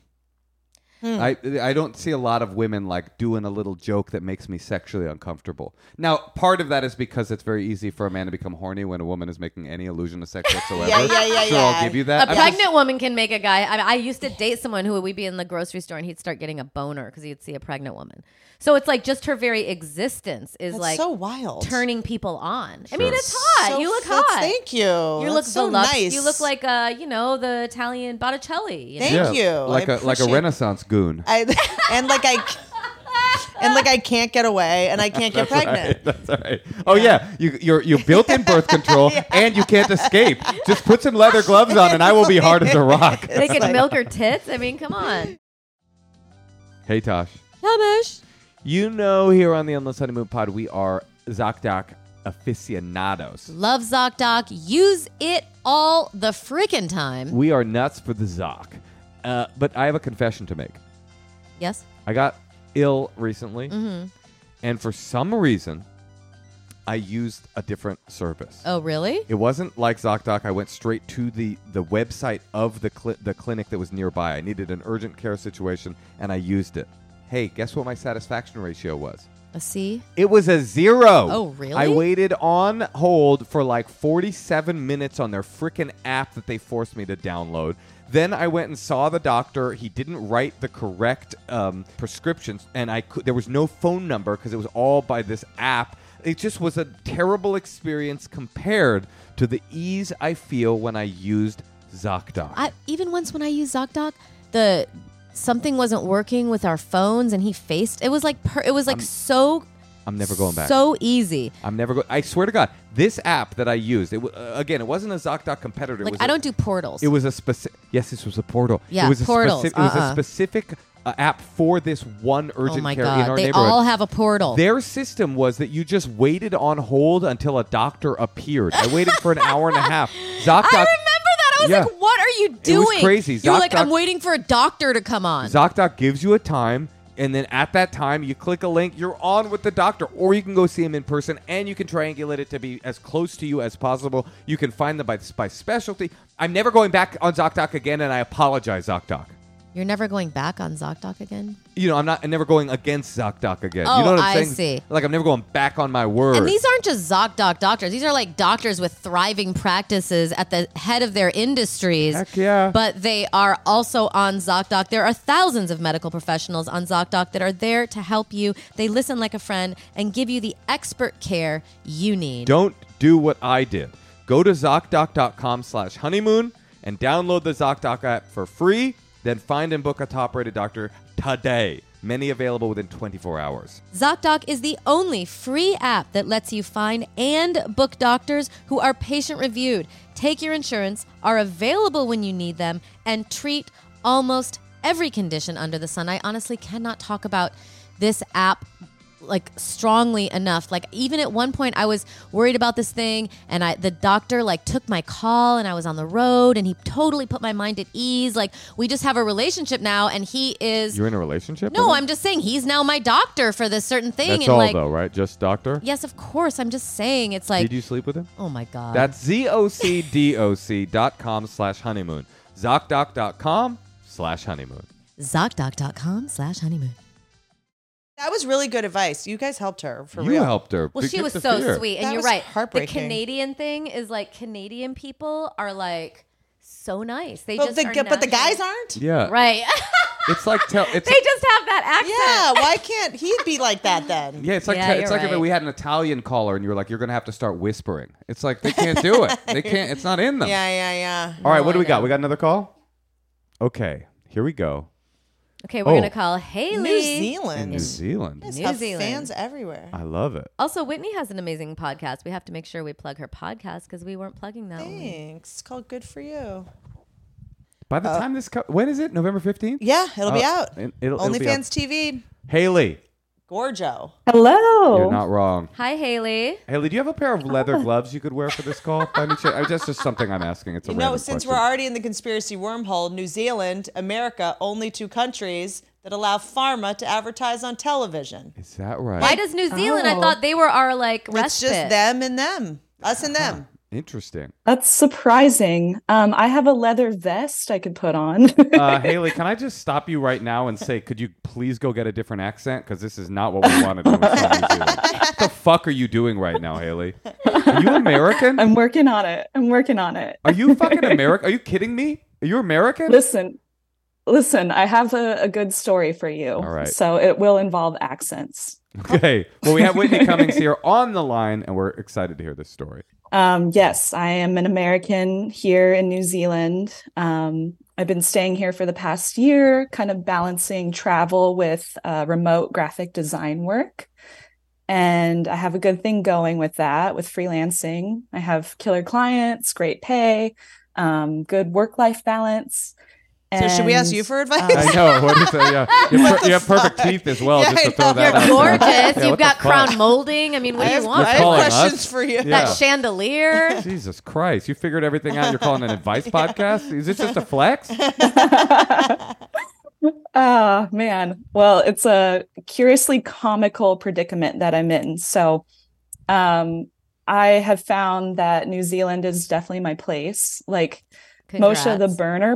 Hmm. I I don't see a lot of women like doing a little joke that makes me sexually uncomfortable. Now, part of that is because it's very easy for a man to become horny when a woman is making any allusion to sex whatsoever. Yeah, yeah, yeah, sure, I'll yeah. give you A that. I'm just- pregnant woman can make a guy. I, I used to date someone who would be in the grocery store and he'd start getting a boner because he'd see a pregnant woman. So it's like just her very existence is That's like so wild. turning people on. I mean, Sure. it's hot. So you look that's- hot. Thank you. You look so voluptuous. nice. You look like uh, you know, the Italian Botticelli. You know? Thank yeah, you. Like I a like a appreciate- Renaissance goon. I, and like I and like I can't get away and I can't get pregnant. That's all right. Oh yeah, you you're, you built in birth control and you can't escape. Just put some leather gloves on, and I will be hard as a rock. They could milk her tits. I mean, come on. hey Tosh. Hamish. You know, here on the Endless Honeymoon Pod, we are ZocDoc aficionados. Love ZocDoc. Use it all the freaking time. We are nuts for the Zoc. Uh, but I have a confession to make. Yes. I got ill recently, and for some reason, I used a different service. Oh, really? It wasn't like ZocDoc. I went straight to the, the website of the cli- the clinic that was nearby. I needed an urgent care situation, and I used it. Hey, guess what my satisfaction ratio was? A C. It was a zero. Oh, really? I waited on hold for like 47 minutes on their freaking app that they forced me to download. Then I went and saw the doctor. He didn't write the correct um, prescriptions, and I could, there was no phone number because it was all by this app. It just was a terrible experience compared to the ease I feel when I used ZocDoc. I even once when I used ZocDoc, the something wasn't working with our phones, and he faced. It was like per, it was like so. I'm never going back. So easy. I'm never going. I swear to God, this app that I used, it w- uh, again, it wasn't a ZocDoc competitor. It Like was I a- don't do portals. It was a specific. Yes, this was a portal. Yeah, it was portals, A specific, it was a uh-uh. specific uh, app for this one oh urgent my care in god! our They neighborhood. all have a portal. Their system was that you just waited on hold until a doctor appeared. I waited for an hour and a half. ZocDoc. I remember that. I was Yeah. like, "What are you It doing?" was crazy. You're like, ZocDoc- "I'm waiting for a doctor to come on." ZocDoc gives you a time, and then at that time, you click a link, you're on with the doctor, or you can go see him in person, and you can triangulate it to be as close to you as possible. You can find them by, by specialty. I'm never going back on ZocDoc again, and I apologize, ZocDoc. You're never going back on ZocDoc again. You know, I'm not. I'm never going against ZocDoc again. you Oh, know what I'm I saying? see. Like I'm never going back on my word. And these aren't just ZocDoc doctors. These are like doctors with thriving practices at the head of their industries. Heck yeah. But they are also on ZocDoc. There are thousands of medical professionals on ZocDoc that are there to help you. They listen like a friend and give you the expert care you need. Don't do what I did. Go to ZocDoc.com slash honeymoon and download the ZocDoc app for free. Then find and book a top rated doctor today. Many available within 24 hours. ZocDoc is the only free app that lets you find and book doctors who are patient reviewed, take your insurance, are available when you need them, and treat almost every condition under the sun. I honestly cannot talk about this app like strongly enough like even at one point i was worried about this thing and i the doctor like took my call and i was on the road and he totally put my mind at ease like we just have a relationship now and he is You're in a relationship? no, with him? I'm just saying he's now my doctor for this certain thing. That's and all, like, though, right? Just doctor? yes, of course. I'm just saying it's like, Did you sleep with him? oh my god, That's ZocDoc.com slash honeymoon. ZocDoc.com slash honeymoon. ZocDoc.com slash honeymoon. That was really good advice. You guys helped her for you real. helped her. Well, she Kick was the so fear. sweet, and That you're was right. The heartbreaking. Canadian thing is like Canadian people are like so nice. They But just the, are gu- but the naturally- guys aren't. Yeah, right? It's like tell. It's they just have that accent. Yeah, why can't he be like that then? yeah, it's like Yeah, te- it's you're like if right. we had an Italian caller and you were like, you're gonna have to start whispering. It's like they can't do it. They can't. It's not in them. Yeah, yeah, yeah. All right, No, what do I we got? know. We got another call. Okay, here we go. Okay, we're Oh. gonna call Haley. New In Zealand. New Zealand, Guys New have Zealand. fans everywhere. I love it. Also, Whitney has an amazing podcast. We have to make sure we plug her podcast because we weren't plugging that one. Thanks. It's called Good For You. By the time this, co- when is it? November fifteenth. Yeah, it'll Uh, be out. Oh, It'll, it'll be out. OnlyFans TV. Haley, Gorjo. you're Hello. not wrong. Hi, Haley. Haley, do you have a pair of leather gloves you could wear for this call? I mean, that's just something I'm asking. It's a You know, random since question. we're already in the conspiracy wormhole, New Zealand, America, only two countries that allow pharma to advertise on television. Is that right? Why does New Zealand? I Oh. thought they were our like respite. It's just them and them. Us and them. Interesting. That's surprising. Um, I have a leather vest I could put on. Uh, Haley, can I just stop you right now and say, could you please go get a different accent? Because this is not what we wanted. When we saw New Zealand. what the fuck are you doing right now, Haley? Are you American? I'm working on it. I'm working on it. Are you fucking American? Are you kidding me? Are you American? Listen, listen, I have a, a good story for you. All right. So it will involve accents. Okay. Well, we have Whitney Cummings here on the line, and we're excited to hear this story. Um, yes, I am an American here in New Zealand. Um, I've been staying here for the past year, kind of balancing travel with uh, remote graphic design work. And I have a good thing going with that, with freelancing. I have killer clients, great pay, um, good work-life balance. So should we ask And, you for advice? uh, I know. What is that? Yeah. You have, per- you have perfect fuck? teeth as well, Yeah, just to I throw know. that out. You're there. Gorgeous. Yeah, You've what the got fuck? crown molding. I mean, what I do have, you I want? You're have calling us? questions for you. Yeah. That chandelier. Jesus Christ. You figured everything out. You're calling an advice podcast? Is it just a flex? Oh man. Well, it's a curiously comical predicament that I'm in. So, um, I have found that New Zealand is definitely my place. Like most of the Congrats. burner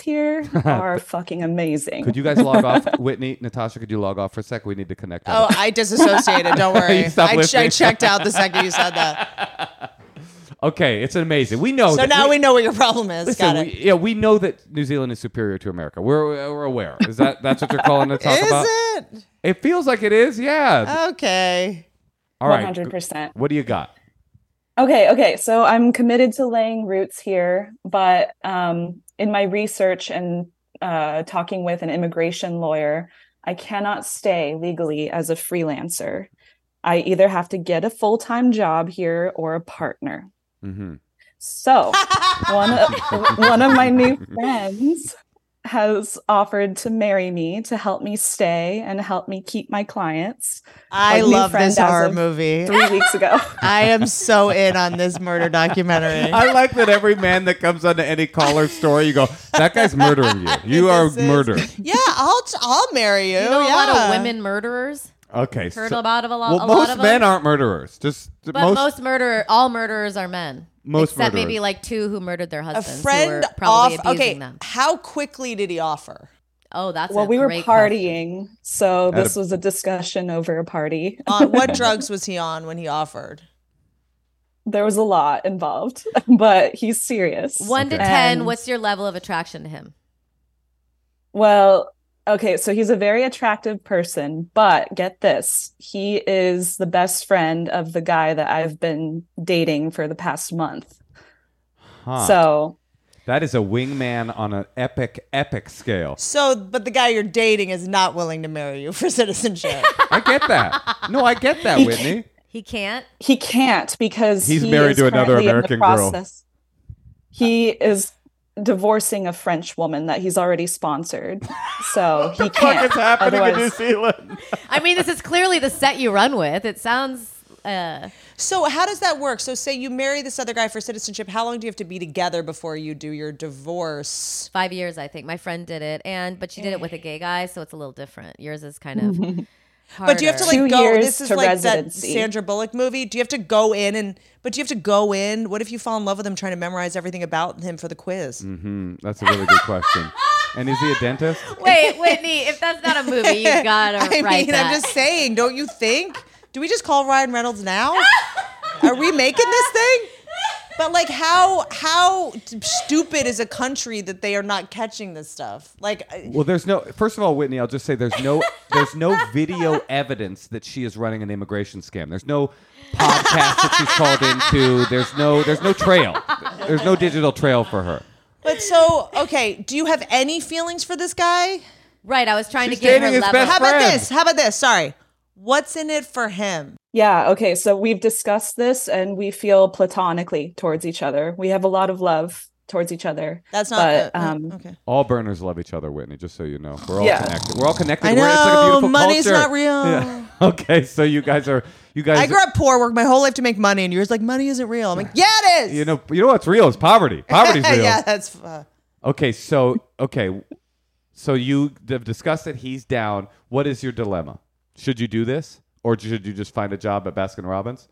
here are fucking amazing. Could you guys log off? Whitney, Natasha, could you log off for a sec? We need to connect. Oh, on I disassociated. Don't You worry. stopped I, ch- I listening. checked out the second you said that. it. Okay. It's amazing. Oh, We know So that. now we know what your problem is. Listen, Got it. we- yeah, we know that New Zealand is superior to America. We're, we're aware. Is that that's what you're calling to talk Is about? it? It feels like it is. Yeah. Okay. Oh, All right. 100%. What do you got? Okay, okay. So I'm committed to laying roots here, but um, in my research and uh, talking with an immigration lawyer, I cannot stay legally as a freelancer. I either have to get a full time job here or a partner. Mm-hmm. So one of, one of my new friends has offered to marry me to help me stay and help me keep my clients I Like, new love friend this as of horror movie. three weeks ago. I am so in on this murder documentary. I like that every man that comes onto any caller story, you go, that guy's murdering you. You are This is- murdered. Yeah, I'll I'll marry you. You know a lot Oh, yeah. of women murderers. Okay. Heard so- about of a lot. well, a most lot of men them. aren't murderers. Just But most, most, murderer, all murderers are men. Most except murderers. maybe like two who murdered their a husbands. who friend were probably off. abusing Okay, them. how quickly did he offer? Oh, that's well, a we were great question. partying, so At a- this was a discussion over a party. On what drugs was he on when he offered? There was a lot involved, but he's serious. One to Okay. ten. And- What's your level of attraction to him? Well, okay, so he's a very attractive person, but get this, he is the best friend of the guy that I've been dating for the past month. Huh. So, that is a wingman on an epic, epic scale. So, but the guy you're dating is not willing to marry you for citizenship. I get that. No, I get that, Whitney. He can't. he can't because He's he married is to another currently in the American girl. process. He is divorcing a French woman that he's already sponsored. So he can't. Otherwise- Zealand? I mean, this is clearly the set you run with. It sounds. Uh, so, how does that work? So, say you marry this other guy for citizenship. How long do you have to be together before you do your divorce? five years, I think. My friend did it, and but she did it with a gay guy, so it's a little different. Yours is kind of. But do you have to harder. like Two go? years This is to like residency. that Sandra Bullock movie. Do you have to go in and? But do you have to go in? What if you fall in love with him trying to memorize everything about him for the quiz? Mm, that's a really good question. And is he a dentist? Wait, Whitney, if that's not a movie, you gotta I write mean, that. I'm just saying, don't you think? Do we just call Ryan Reynolds now? Are we making this thing? But like, how how stupid is a country that they are not catching this stuff? Like, I- Well, there's no. First of all, Whitney, I'll just say there's no there's no video evidence that she is running an immigration scam. There's no podcast that she's called into. There's no there's no trail. There's no digital trail for her. but so okay. Do you have any feelings for this guy? right, I was trying She's to give her dating his level. best How about Friend. this? How about this? Sorry, what's in it for him? Yeah, okay. So we've discussed this and we feel platonically towards each other. We have a lot of love towards each other. That's not. But, uh, uh, mm, um, okay. All burners love each other, Whitney. Just so you know, we're all Yeah. connected. We're all connected. I We're- it's like a know, beautiful money's culture. not real. Yeah. Okay, so you guys are you guys. I grew up poor, worked my whole life to make money, and yours like money isn't real. I'm like, yeah, it is. you know, you know what's real is poverty. Poverty's real. yeah, that's. Uh, Okay, so okay, so you have discussed that he's down. What is your dilemma? Should you do this, or should you just find a job at Baskin Robbins?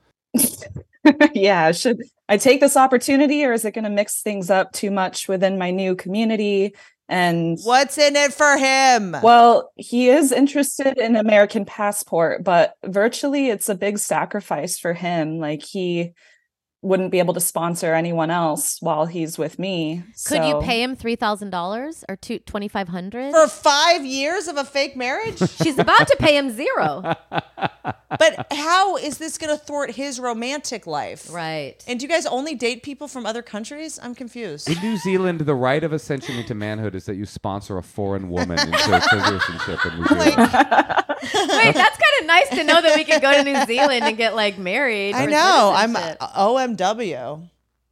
yeah, should I take this opportunity or is it going to mix things up too much within my new community? And what's in it for him? Well, he is interested in American passport, but virtually it's a big sacrifice for him. Like he wouldn't be able to sponsor anyone else while he's with me. Could you pay him three thousand dollars or two twenty five hundred? for five years of a fake marriage? She's about to pay him zero. but how is this going to thwart his romantic life? right. And do you guys only date people from other countries? I'm confused. In New Zealand, the right of ascension into manhood is that you sponsor a foreign woman into a citizenship in New Zealand. Wait, that's kind of nice to know that we can go to New Zealand and get like married. I or know. I'm uh, citizenship. OMW.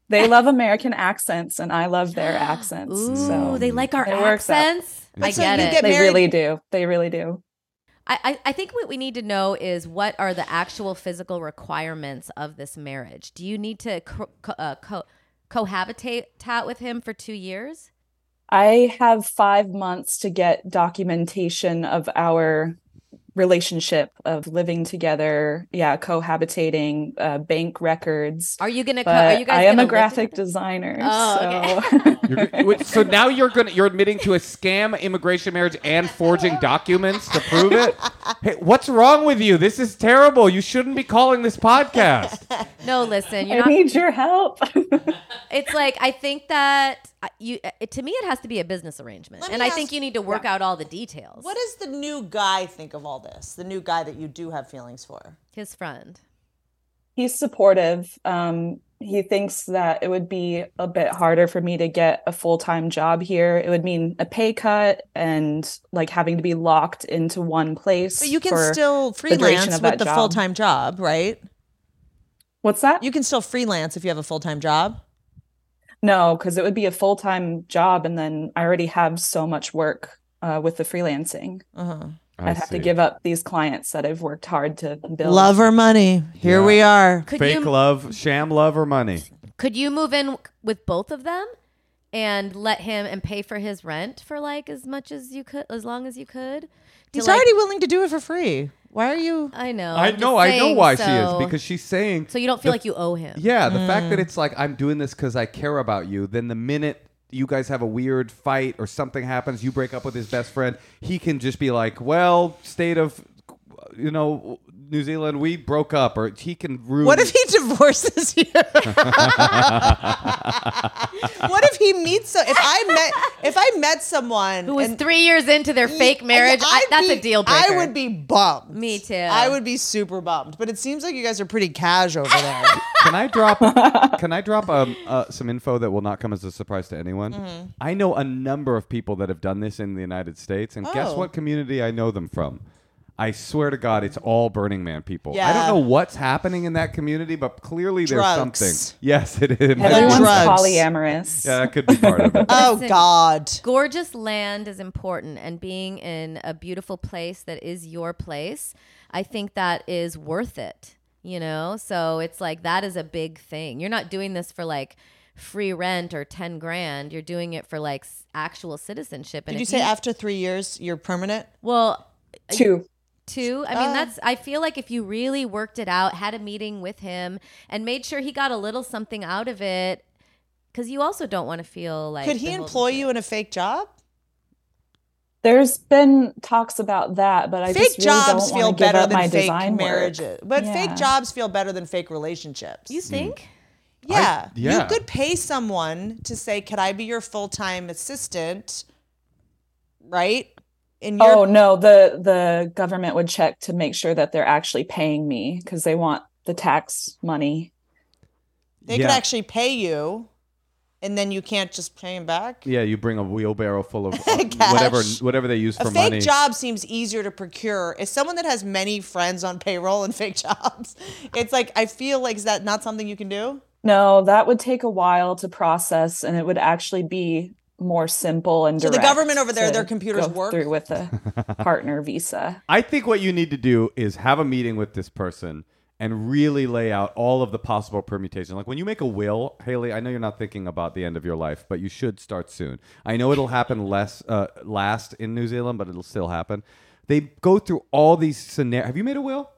They love American accents and I love their accents. Ooh, so they like our it works out. accents. I So get you it. get- they married- really do. They really do. I, I, I think what we need to know is what are the actual physical requirements of this marriage? Do you need to co- co- uh, co- cohabitate tat with him for two years? I have five months to get documentation of our relationship of living together, yeah, cohabitating, uh, bank records. Are you gonna? Co- but are you guys? I am gonna a live graphic together? designer. Oh, so You're- wait, so now you're gonna you're admitting to a scam, immigration, marriage, and forging documents to prove it. Hey, what's wrong with you? This is terrible. You shouldn't be calling this podcast. No, listen. You're I not, need your help. it's like I think that uh, you. uh, It, to me, it has to be a business arrangement, Let and me I think ask- you need to work out all the details. What does the new guy think of all this? The new guy that you do have feelings for? His friend. He's supportive. Um, he thinks that it would be a bit harder for me to get a full-time job here. It would mean a pay cut and like having to be locked into one place. But you can for- still duration freelance with of that the job. full time job, right? What's that? You can still freelance if you have a full time job. No, because it would be a full-time job, and then I already have so much work uh, with the freelancing. Uh huh. I'd have to give up these clients that I've worked hard to build. Love or money? Here Yeah. we are. Could fake you love, sham love, or money. could you move in with both of them and let him and pay for his rent for like as much as you could, as long as you could? To, He's like- already willing to do it for free. Why are you? I know. I Oh, I'm just know, I know saying, why she is so- because she's saying. so you don't feel like you owe him. yeah, the fact Mm. that it's like I'm doing this because I care about you. Then the minute you guys have a weird fight or something happens, you break up with his best friend. He can just be like, "Well, state of, you know, New Zealand, we broke up," or he can ruin. What if he divorces you? what if he meets so if I met if I met someone Who was and- three years into their fake and marriage? I, I'd that's be- a deal breaker. I would be bummed. Me too. I would be super bummed. But it seems like you guys are pretty cash over there. Can I drop? can I drop um, uh, some info that will not come as a surprise to anyone? Mm-hmm. I know a number of people that have done this in the United States, and guess Oh. what community I know them from? I swear to God, it's all Burning Man people. I Yeah. don't know what's happening in that community, but clearly Drugs. there's something. Yes, it is. Everyone's Drugs. polyamorous. Yeah, that could be part of it. oh Listen. God. Gorgeous land is important, and being in a beautiful place that is your place, I think that is worth it. You know, so it's like that is a big thing. You're not doing this for like free rent or ten grand. You're doing it for like s- actual citizenship. And Did you if say after three years you're permanent? Well, Two. too. I Uh. mean, that's. I feel like if you really worked it out, had a meeting with him, and made sure he got a little something out of it, because you also don't want to feel like. Could he beholden employ to- you in a fake job? There's been talks about that, but I fake just really jobs don't feel want to give better up my than fake design work. marriages, but Yeah. fake jobs feel better than fake relationships. You think? yeah, yeah. you could pay someone to say, "Could I be your full time assistant?" Right? And you're Oh no, the the government would check to make sure that they're actually paying me because they want the tax money. they yeah. could actually pay you, and then you can't just pay them back. Yeah, you bring a wheelbarrow full of Cash. whatever whatever they use A for fake money. job seems easier to procure. As someone that has many friends on payroll and fake jobs, it's like I feel like is that not something you can do? No, that would take a while to process, and it would actually be more simple and So the direct government over there, to their computers go work? through with a partner visa. I think what you need to do is have a meeting with this person and really lay out all of the possible permutations. Like when you make a will, Haley, I know you're not thinking about the end of your life, but you should start soon. I know it'll happen less uh, last in New Zealand, but it'll still happen. They go through all these scenarios. Have you made a will?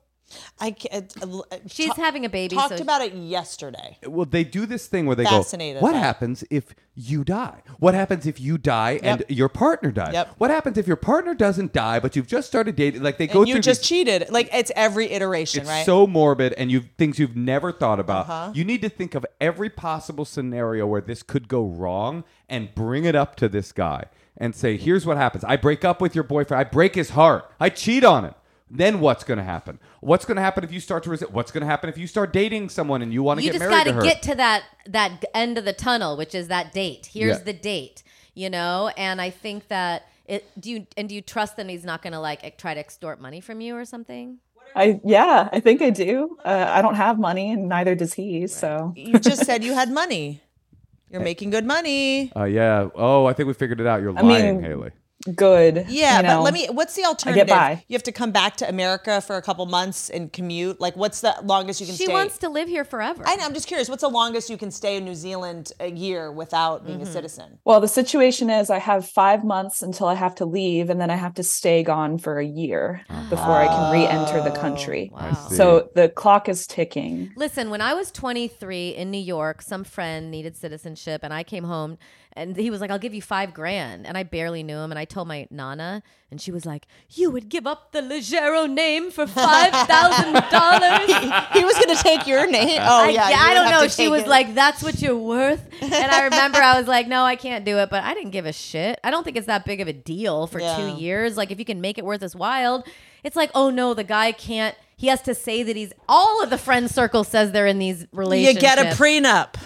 I can't. uh, uh, She's ta- having a baby. talked so about it yesterday. Well, they do this thing where they Fascinated go, "What by it. happens if you die? What happens if you die and your partner dies? Yep. What happens if your partner doesn't die but you've just started dating?" Like they go And you through just these- cheated. Like it's every iteration, It's right? so morbid, and you things you've never thought about. Uh-huh. You need to think of every possible scenario where this could go wrong, and bring it up to this guy and say, "Here's what happens: I break up with your boyfriend. I break his heart. I cheat on him." Then what's going to happen? What's going to happen if you start to resist? What's going to happen if you start dating someone and you want to you get just married got to to her? get to that that g- end of the tunnel, which is that date. Here's Yeah. the date, you know. And I think that it. Do you and do you trust that he's not going to like ex- try to extort money from you or something? I yeah, I think I do. Uh, I don't have money, and neither does he. So you just said you had money. You're making good money. Uh, yeah. Oh, I think we figured it out. You're I lying, mean- Haley. good. Yeah, you but know. let me. What's the alternative? by. You have to come back to America for a couple months and commute. Like, what's the longest you can She stay? wants to live here forever. I know, I'm just curious. What's the longest you can stay in New Zealand a year without being a citizen? Well, the situation is I have five months until I have to leave, and then I have to stay gone for a year before I can re-enter Oh, the country. Wow. see. So the clock is ticking. Listen, when I was 23 in New York, some friend needed citizenship, and I came home, and he was like, "I'll give you five grand," and I barely knew him, and I told my nana, and she was like, "You would give up the Leggero name for five thousand dollars?" he was going to take your name. Oh I, yeah, you I would don't have know. to She take was it. like, "That's what you're worth," and I remember I was like, "No, I can't do it," but I didn't give a shit. I don't think it's that big of a deal for Yeah. two years. Like, if you can make it worth his while, it's like, "Oh no, the guy can't." He has to say that he's. All of the friend circle says they're in these you relationships. get a prenup.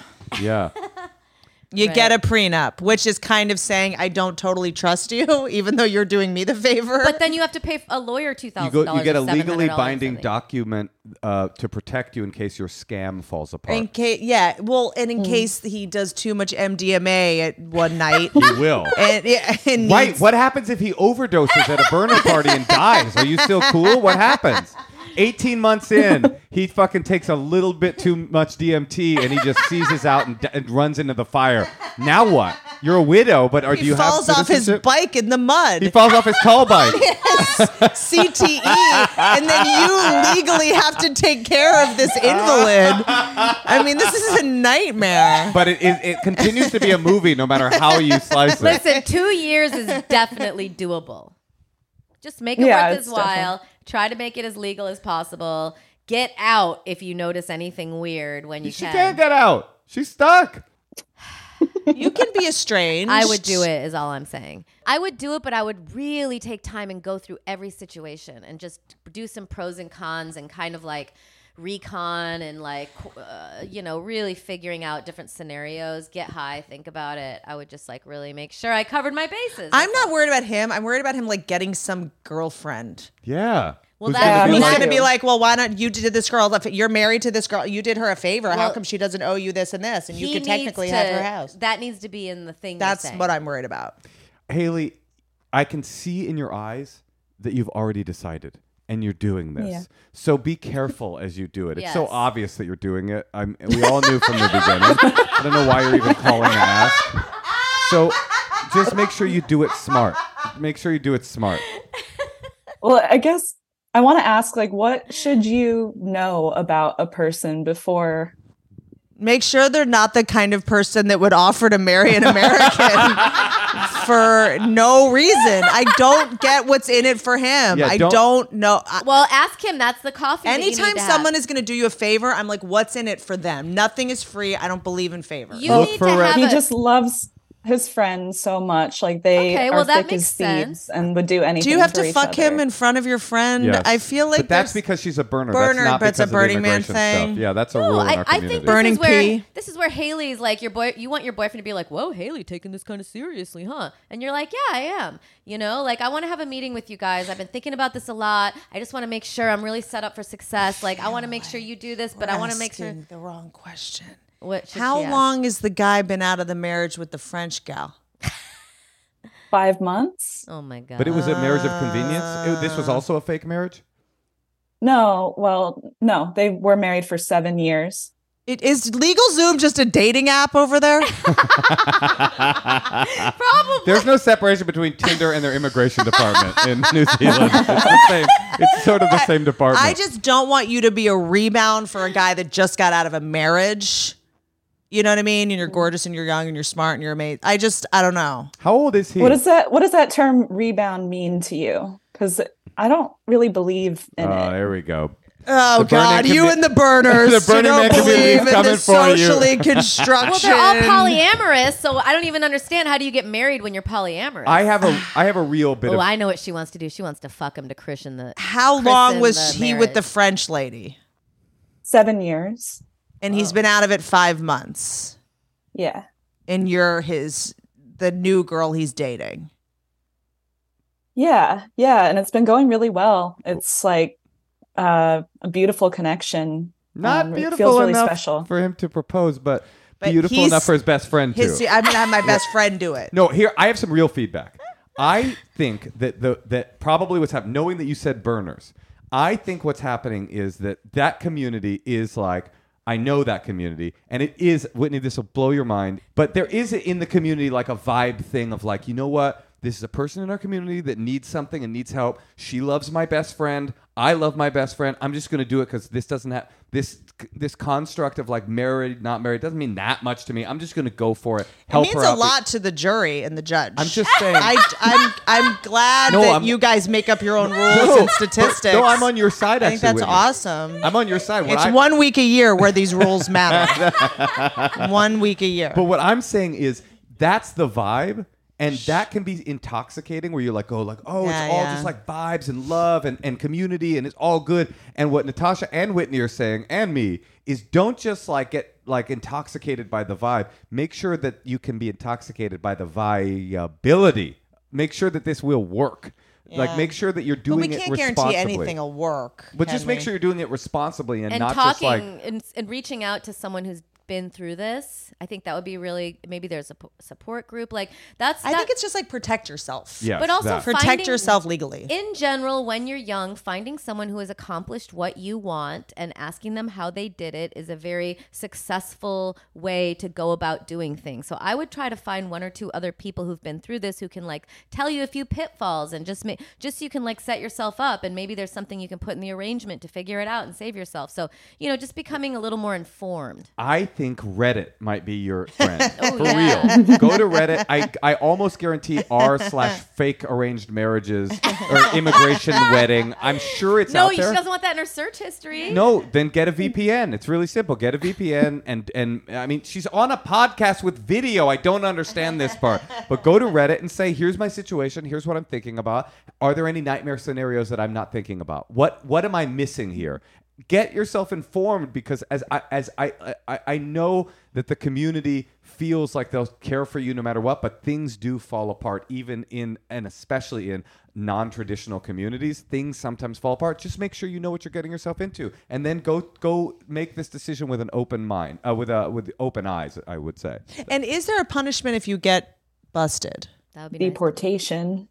Yeah. You get a prenup, which is kind of saying I don't totally trust you, even though you're doing me the favor. But then you have to pay a lawyer two You thousand dollars. go. You get a legally binding document uh, to protect you in case your scam falls apart. In case, yeah, well, and in case he does too much MDMA at one night, you will. and, yeah, and Right. needs- What happens if he overdoses at a burner party and dies? Are you still cool? What happens? 18 months in, he fucking takes a little bit too much DMT and he just seizes out and, and runs into the fire. Now what? You're a widow, but are, do he you falls have off his citizenship? bike in the mud, He falls off his tall bike. CTE, and then you legally have to take care of this invalid. I mean, this is a nightmare. But it, it, it continues to be a movie no matter how you slice it. Listen, two years is definitely doable. Just make it Yeah, worth it's his while. Try to make it as legal as possible. Get out if you notice anything weird when you She can. can't get out. She's stuck. You can be estranged. I would do it, is all I'm saying. I would do it, but I would really take time and go through every situation and just do some pros and cons and kind of like recon and like, uh, you know, really figuring out different scenarios, get high, think about it. I would just like really make sure I covered my bases. I'm not worried about him. I'm worried about him like getting some girlfriend. Yeah. Well, Who's that- gonna be He's Me like- gonna be too. like, well, why not? You did this girl. You're married to this girl. You did her a favor. How Well, come she doesn't owe you this and this? And you He could needs technically to- have her house. That needs to be in the thing. you're That's saying. what I'm worried about. Haley, I can see in your eyes that you've already decided and you're doing this. Yeah. So be careful as you do it. It's so Yes. obvious that you're doing it. I'm, we all knew from the beginning. I don't know why you're even calling to ask. So just make sure you do it smart. Make sure you do it smart. Well, I guess I want to ask, like, what should you know about a person before? Make sure they're not the kind of person that would offer to marry an American. for no reason. I don't get what's in it for him. Yeah, I don't- don't, know. I- Well, ask him. That's the coffee. that you need anytime to someone have. is going to do you a favor, I'm like, what's in it for them? Nothing is free. I don't believe in favor. you Look need for to it. have he a, just loves his friends so much. Like they Okay, are well, that thick as makes sense. thieves and would do anything. do you have for to each fuck him other. in front of your friend? Yes. I feel like but that's there's- because she's a burner. Burner, that's not but it's because a of the Burning Man immigration thing. Stuff. Yeah, that's a No, rule in I, our I community. think this Burning is where pea. this is where Haley's like your boy. You want your boyfriend to be like, "Whoa, Haley, taking this kind of seriously, huh?" And you're like, "Yeah, I am." You know, like I want to have a meeting with you guys. I've been thinking about this a lot. I just want to make sure I'm really set up for success. Like I want to make sure you do this, but I want to make sure. Asking the wrong question. What should How she ask? long has the guy been out of the marriage with the French gal? Five months? Oh my god! but it was a marriage of convenience. It- this was also a fake marriage. No, well, no, they were married for seven years. It is legal Zoom just a dating app over there? probably. There's no separation between Tinder and their immigration department in New Zealand. It's, the same, it's sort of the same department. I just don't want you to be a rebound for a guy that just got out of a marriage. You know what I mean? And you're gorgeous and you're young and you're smart and you're amazing. I just I don't know. How old is he? What does that what does that term rebound mean to you? Because I don't really believe in oh, it. there we go. Oh The Burning God, commu- you and the burners. The Burning you Man don't community is believe in coming the for you. socially Well, construction. they're all polyamorous, so I don't even understand how do you get married when you're polyamorous. I have a I have a real bit oh, of I know what she wants to do. She wants to fuck him to Christian the. How Christen long was the he with the marriage. French lady? Seven years. And he's been out of it five months. Yeah. And you're his the new girl he's dating. Yeah. Yeah. And it's been going really well. It's like uh, a beautiful connection. not Um, it beautiful feels really enough special. for him to propose, but, But beautiful he's- enough for his best friend His to. I'm gonna have my best friend do it. No, here I have some real feedback. I think that the that probably what's happening, knowing that you said burners, I think what's happening is that that community is like. I know that community, and it is Whitney. This will blow your mind, but there is in the community like a vibe thing of like, you know what? This is a person in our community that needs something and needs help. She loves my best friend. I love my best friend. I'm just going to do it because this doesn't have this this construct of like married, not married doesn't mean that much to me. I'm just going to go for it. Help it her means a out. lot to the jury and the judge. I'm just saying. I, I'm I'm glad No, that I'm- you guys make up your own rules No, and statistics. No, I'm on your side. I think actually, that's Whitney. awesome. I'm on your side. What it's I- one week a year where these rules matter. one week a year. But what I'm saying is that's the vibe. And that can be intoxicating where you're like, oh, like, oh, Yeah, it's all yeah. just like vibes and love and, and community and it's all good. And what Natasha and Whitney are saying, and me, is don't just like get like intoxicated by the vibe. Make sure that you can be intoxicated by the viability. Make sure that this will work. Like Yeah. make sure that you're But doing we it can't responsibly. guarantee anything will work. but can just make we? sure you're doing it responsibly and, and not just talking like and, and reaching out to someone who's been through this i think that would be really maybe there's a p- support group like that's I that- think it's just like protect yourself. yeah. but also that. for- Protect Finding- yourself legally. in general when you're young finding someone who has accomplished what you want and asking them how they did it is a very successful way to go about doing things so i would try to find one or two other people who've been through this who can like tell you a few pitfalls and just make just so you can like set yourself up and maybe there's something you can put in the arrangement to figure it out and save yourself so you know just becoming a little more informed I think Reddit might be your friend. Oh, For yeah. real. Go to Reddit. I, I almost guarantee r slash fake arranged marriages or immigration wedding. I'm sure it's No, out she there. doesn't want that in her search history. no, then get a VPN. It's really simple. Get a VPN and and I mean she's on a podcast with video. I don't understand this part. But go to Reddit and say, here's my situation, here's what I'm thinking about. Are there any nightmare scenarios that I'm not thinking about? What what am I missing here? Get yourself informed because as I as I I, I know that the community feels like they'll care for you no matter what, but things do fall apart even in and especially in non-traditional communities. Things sometimes fall apart. Just make sure you know what you're getting yourself into, and then go go make this decision with an open mind, uh, with a with open eyes. I would say. And is there a punishment if you get busted? That would be nice. Deportation.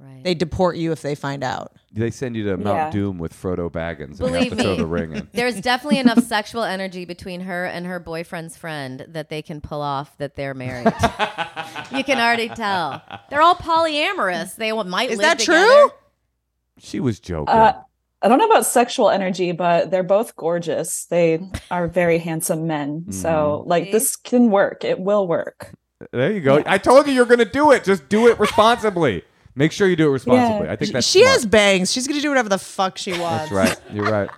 Right. They deport you if they find out. They send you to Mount Yeah. Doom with Frodo Baggins and Believe have to throw me. the ring in. There's definitely enough sexual energy between her and her boyfriend's friend that they can pull off that they're married. you can already tell. They're all polyamorous. They w- might Is live that true? together. She was joking. Uh, I don't know about sexual energy, but they're both Mm-hmm. gorgeous. They are very handsome men. So, like, See? this can work. It will work. There you go. I told you you're going to do it. Just do it responsibly. Make sure you do it responsibly. Yeah. I think that's she smart. has bangs. She's gonna do whatever the fuck she That's wants. right. You're right.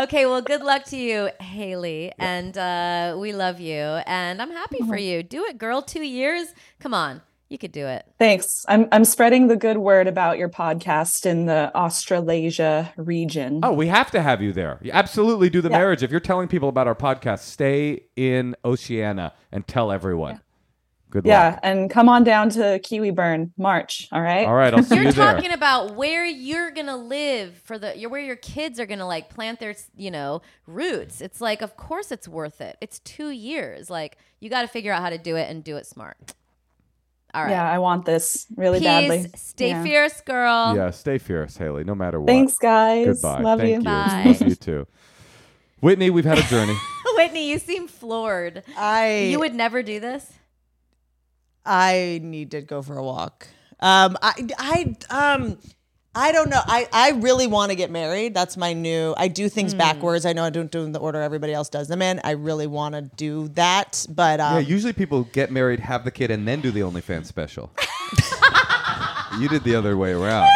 Okay, well, good luck to you, Haley, and uh, we love you, and I'm happy Uh-huh. for you. Do it, girl. Two years. Come on, you could do it. Thanks. I'm I'm spreading the good word about your podcast in the Australasia region. Oh, we have to have you there. You absolutely do the marriage. If you're telling people about our podcast, stay in Oceania and tell everyone. Good yeah, luck. and come on down to Kiwi Burn March. All right. All right, I'll see You're you there. talking about where you're gonna live for the you're where your kids are gonna like plant their you know roots. It's like of course it's worth it. It's two years. Like you got to figure out how to do it and do it smart. All right. Yeah, I want this really Peace. badly. Stay Yeah. fierce, girl. yeah, stay fierce, Haley, no matter what. Thanks, guys. Goodbye. Love Thank you. Bye. Love you too. Whitney, we've had a journey. Whitney, you seem floored. I You would never do this. I need to go for a walk. Um, I, I, um, I don't know. I, I really want to get married. That's my new. I do things backwards. I know I don't do them in the order everybody else does them in. I really want to do that, but yeah, um, usually people get married, have the kid, and then do the OnlyFans special. you did the other way around.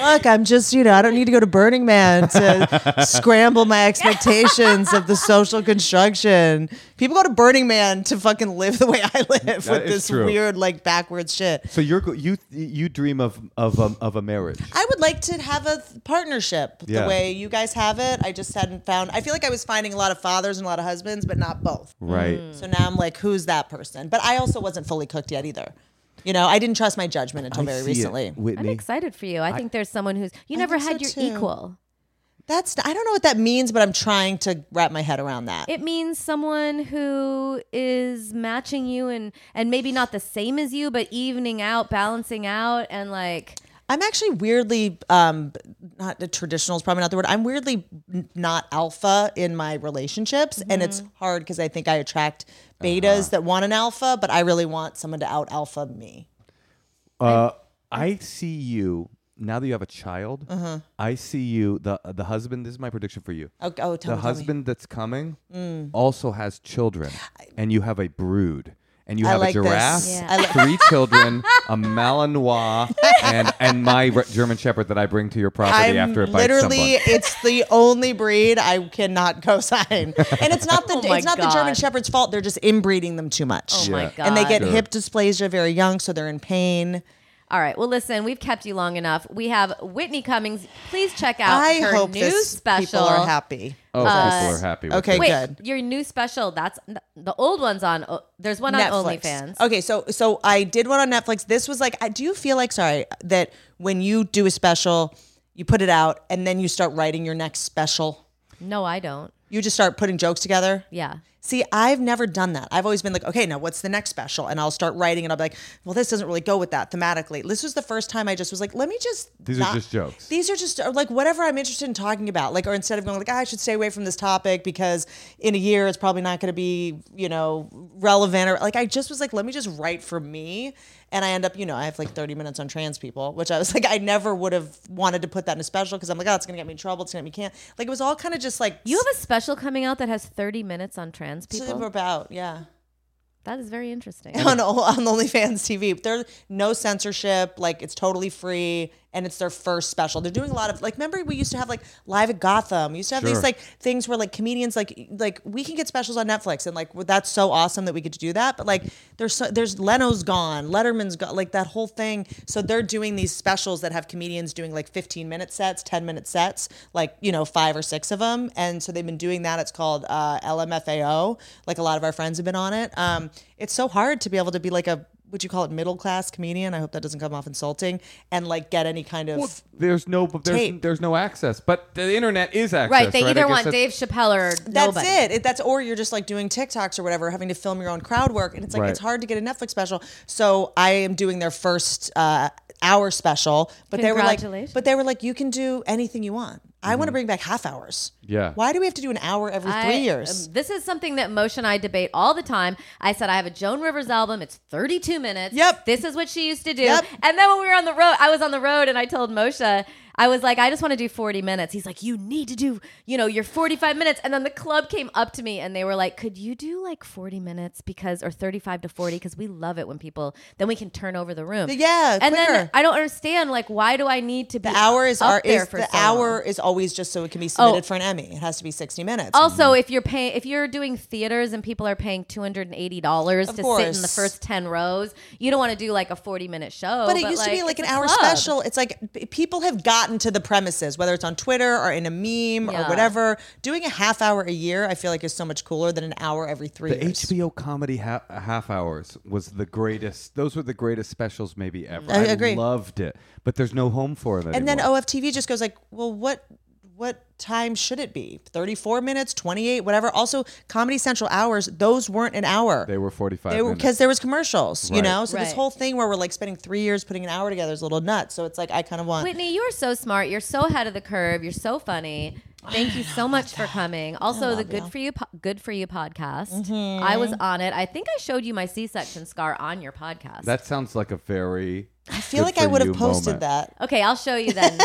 look, I'm just you know I don't need to go to Burning Man to scramble my expectations of the social construction. People go to Burning Man to fucking live the way I live That with is this true. weird like backwards shit. So you're go- you you dream of of um, of a marriage. I would like to have a th- partnership Yeah. the way you guys have it. I just hadn't found. I feel like I was finding a lot of fathers and a lot of husbands, but not both. Right. Mm. So now I'm like, who's that person? But I also wasn't fully cooked yet either. You know, I didn't trust my judgment until I very see it, recently. I'm Whitney. excited for you. I, think there's someone who's you never think so had your too. equal. That's I don't know what that means, but I'm trying to wrap my head around that. It means someone who is matching you and and maybe not the same as you, but evening out, balancing out, and like I'm actually weirdly um, not the traditional is probably not the word. I'm weirdly n- not alpha in my relationships, and it's Mm-hmm. hard because I think I attract Uh-huh. betas that want an alpha, but I really want someone to out alpha me. Uh, I see you now that you have a child. Uh-huh. I see you the the husband. This is my prediction for you. Oh, the oh tell me, Mm. tell me. husband that's coming also has children, and you have a brood. And you I have like a this. giraffe, Yeah. I like- three children, a Malinois, and and my re- German Shepherd that I bring to your property I'm after it bites literally, someone. it's the only breed I cannot co-sign, and it's not the Oh my it's not the German God. Shepherd's fault. They're just inbreeding them too much, oh my Yeah. god, and they get Sure. hip dysplasia very young, so they're in pain. All right. Well, listen, we've kept you long enough. We have Whitney Cummings. Please check out I her hope new this special. people are happy. Oh, people are happy. With okay, this. Wait, Good. your new special. That's the old one's on. oh, There's one on OnlyFans. Okay, so so I did one on Netflix. This was like, I do you feel like sorry that when you do a special, you put it out, and then you start writing your next special? No, I don't. You just start putting jokes together. Yeah. See, I've never done that. I've always been like, okay, now what's the next special? And I'll start writing and I'll be like, well, this doesn't really go with that thematically. This was the first time I just was like, let me just. These are just jokes. These are just or like whatever I'm interested in talking about. Like, or instead of going like, "Ah, I should stay away from this topic because in a year it's probably not going to be, you know, relevant. Or like, I just was like, let me just write for me. And I end up, you know, I have like 30 minutes on trans people, which I was like, I never would have wanted to put that in a special because I'm like, oh, it's going to get me in trouble. It's going to get me can't. Like, it was all kind of just like, You have a special coming out that has 30 minutes on trans people. about, yeah. That is very interesting. on on OnlyFans TV. There's no censorship. Like it's totally free, and it's their first special. They're doing a lot of like. Remember, we used to have like live at Gotham. We used to have Sure. these like things where like comedians like like we can get specials on Netflix, and like well, that's so awesome that we get to do that. But like there's so, there's Leno's gone, Letterman's gone, like that whole thing. So they're doing these specials that have comedians doing like 15 minute sets, 10 minute sets, like you know five or six of them. And so they've been doing that. It's called uh, LMFAO. Like a lot of our friends have been on it. Um, it's so hard to be able to be like a would you call it middle class comedian? I hope that doesn't come off insulting and like get any kind of. There's no, but there's, Tape. there's no access. But the internet is access. right. They I either guess want that's- Dave Chappelle or That's nobody. it. it. That's or you're just like doing TikToks or whatever, having to film your own crowd work, and it's like Right. it's hard to get a Netflix special. So I am doing their first uh, hour special, but they were like, Congratulations. but they were like, you can do anything you want. I want to bring back half hours. Mm-hmm. Yeah. Why do we have to do an hour every I- three years? um, this is something that Moshe and I debate all the time. I said I have a Joan Rivers album. It's 32 minutes. Yep. This is what she used to do. Yep. And then when we were on the road, I was on the road and I told Moshe, I was like, I just want to do 40 minutes. He's like, you need to do, you know, your 45 minutes. And then the club came up to me and they were like, could you do like 40 minutes because, or 35 to 40? Because we love it when people, then we can turn over the room. Yeah, And then quicker. I don't understand, like, why do I need to be The hour is up our there is, for the so hour long? Oh. is always just so it can be submitted for an Emmy. It has to be sixty minutes. Also, if you're paying, if you're doing theaters and people are paying two hundred and eighty dollars to sit in the course. first ten rows, you don't want to do like a forty minute show. but it used to be like an it's a hour club. special. It's like p- people have gotten to the premises, whether it's on Twitter or in a meme Yeah. or whatever. Doing a half hour a year, I feel like is so much cooler than an hour every three The years. HBO comedy ha- half hours was the greatest. Those were the greatest specials maybe ever. I agree. loved it, but there's no home for it anymore. and then OFTV just goes like, well, what what time should it be? Thirty four minutes, twenty eight, whatever. Also, Comedy Central hours; those weren't an hour. they were 45 oh, They were minutes. because there was commercials, you Right. know. So this Right. whole thing where we're like spending three years putting an hour together is a little nuts. So it's like I kind of want. Whitney, you are so smart. You're so ahead of the curve. You're so funny. Thank you so much for coming. Also, the Good for You po- Good for You podcast. Mm-hmm. I was on it. I think I showed you my C-section scar on your podcast. that sounds like a very. I feel like I would have posted that. okay, I'll show you then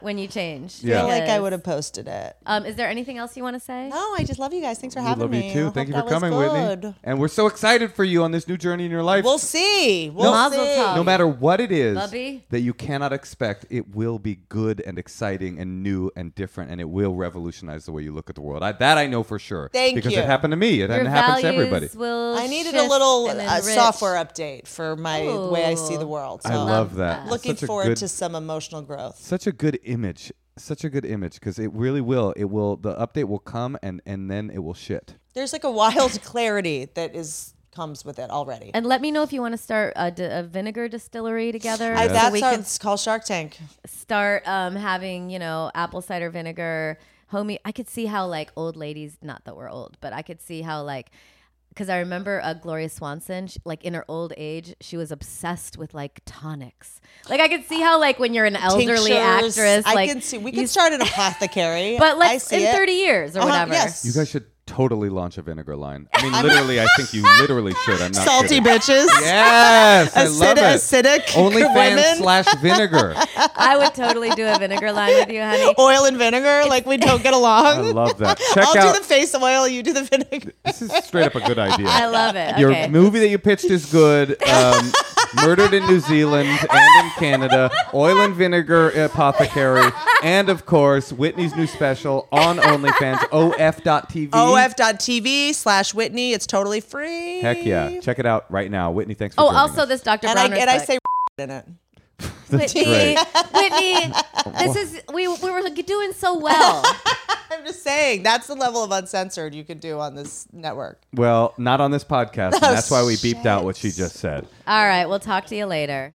when you change. Yeah. I feel like I Because, would have posted it. Um, is there anything else you want to say? No, Oh, I just love you guys. Thanks for We having love me. you I too. hope Thank you that for was coming, good. Whitney. And we're so excited for you on this new journey in your life. We'll see. We'll Mazel see. tov. no matter what it is Bubby? that you cannot expect, it will be good and exciting and new and different, and it will revolutionize the way you look at the world. I, that I know for sure. Thank because you. it happened to me. It Your values happens to everybody. will. I needed a shift little and uh, enrich. software update for my way I see Ooh. the world. So I love that. that. Looking Such a forward good- to some emotional growth. such a good image. Such a good image because it really will. It will. The update will come and and then it will shit. There's like a wild clarity that is comes with it already. And let me know if you want to start a, d- a vinegar distillery together. I, so that's we our, can it's called Shark Tank. start um, having, you know, apple cider vinegar, homie. I could see how, like, old ladies, not that we're old, but I could see how, like, because I remember uh, Gloria Swanson, sh like in her old age, she was obsessed with like tonics. Like I could see how like when you're an elderly Tinctures. actress, I like can see. We you- can start an apothecary. but I let's see in it. 30 years or Uh-huh, whatever. Yes. You guys should totally launch a vinegar line. I mean, literally, I think you literally should. I'm not salty kidding. bitches. Yes, I love Acid- it. acidic OnlyFans women. slash vinegar. I would totally do a vinegar line with you, honey. Oil and vinegar, like we don't get I along. love that. Check I'll out. do the face oil, you do the vinegar. this is straight up a good idea. I love it. Your okay. movie that you pitched is good. Um, Murdered in New Zealand and in Canada, Oil and Vinegar Apothecary, and of course, Whitney's new special on OnlyFans, of.tv. OF.tv slash Whitney. It's totally free. Heck yeah. Check it out right now. Whitney, thanks for Oh, joining also us. this Dr. And I, Bronner's and I book. say in it. That's Whitney, great. Whitney, this is we we were doing so well. I'm just saying, that's the level of uncensored you can do on this network. Well, not on this podcast, and that's why we beeped out what she just said. All right, we'll talk to you later.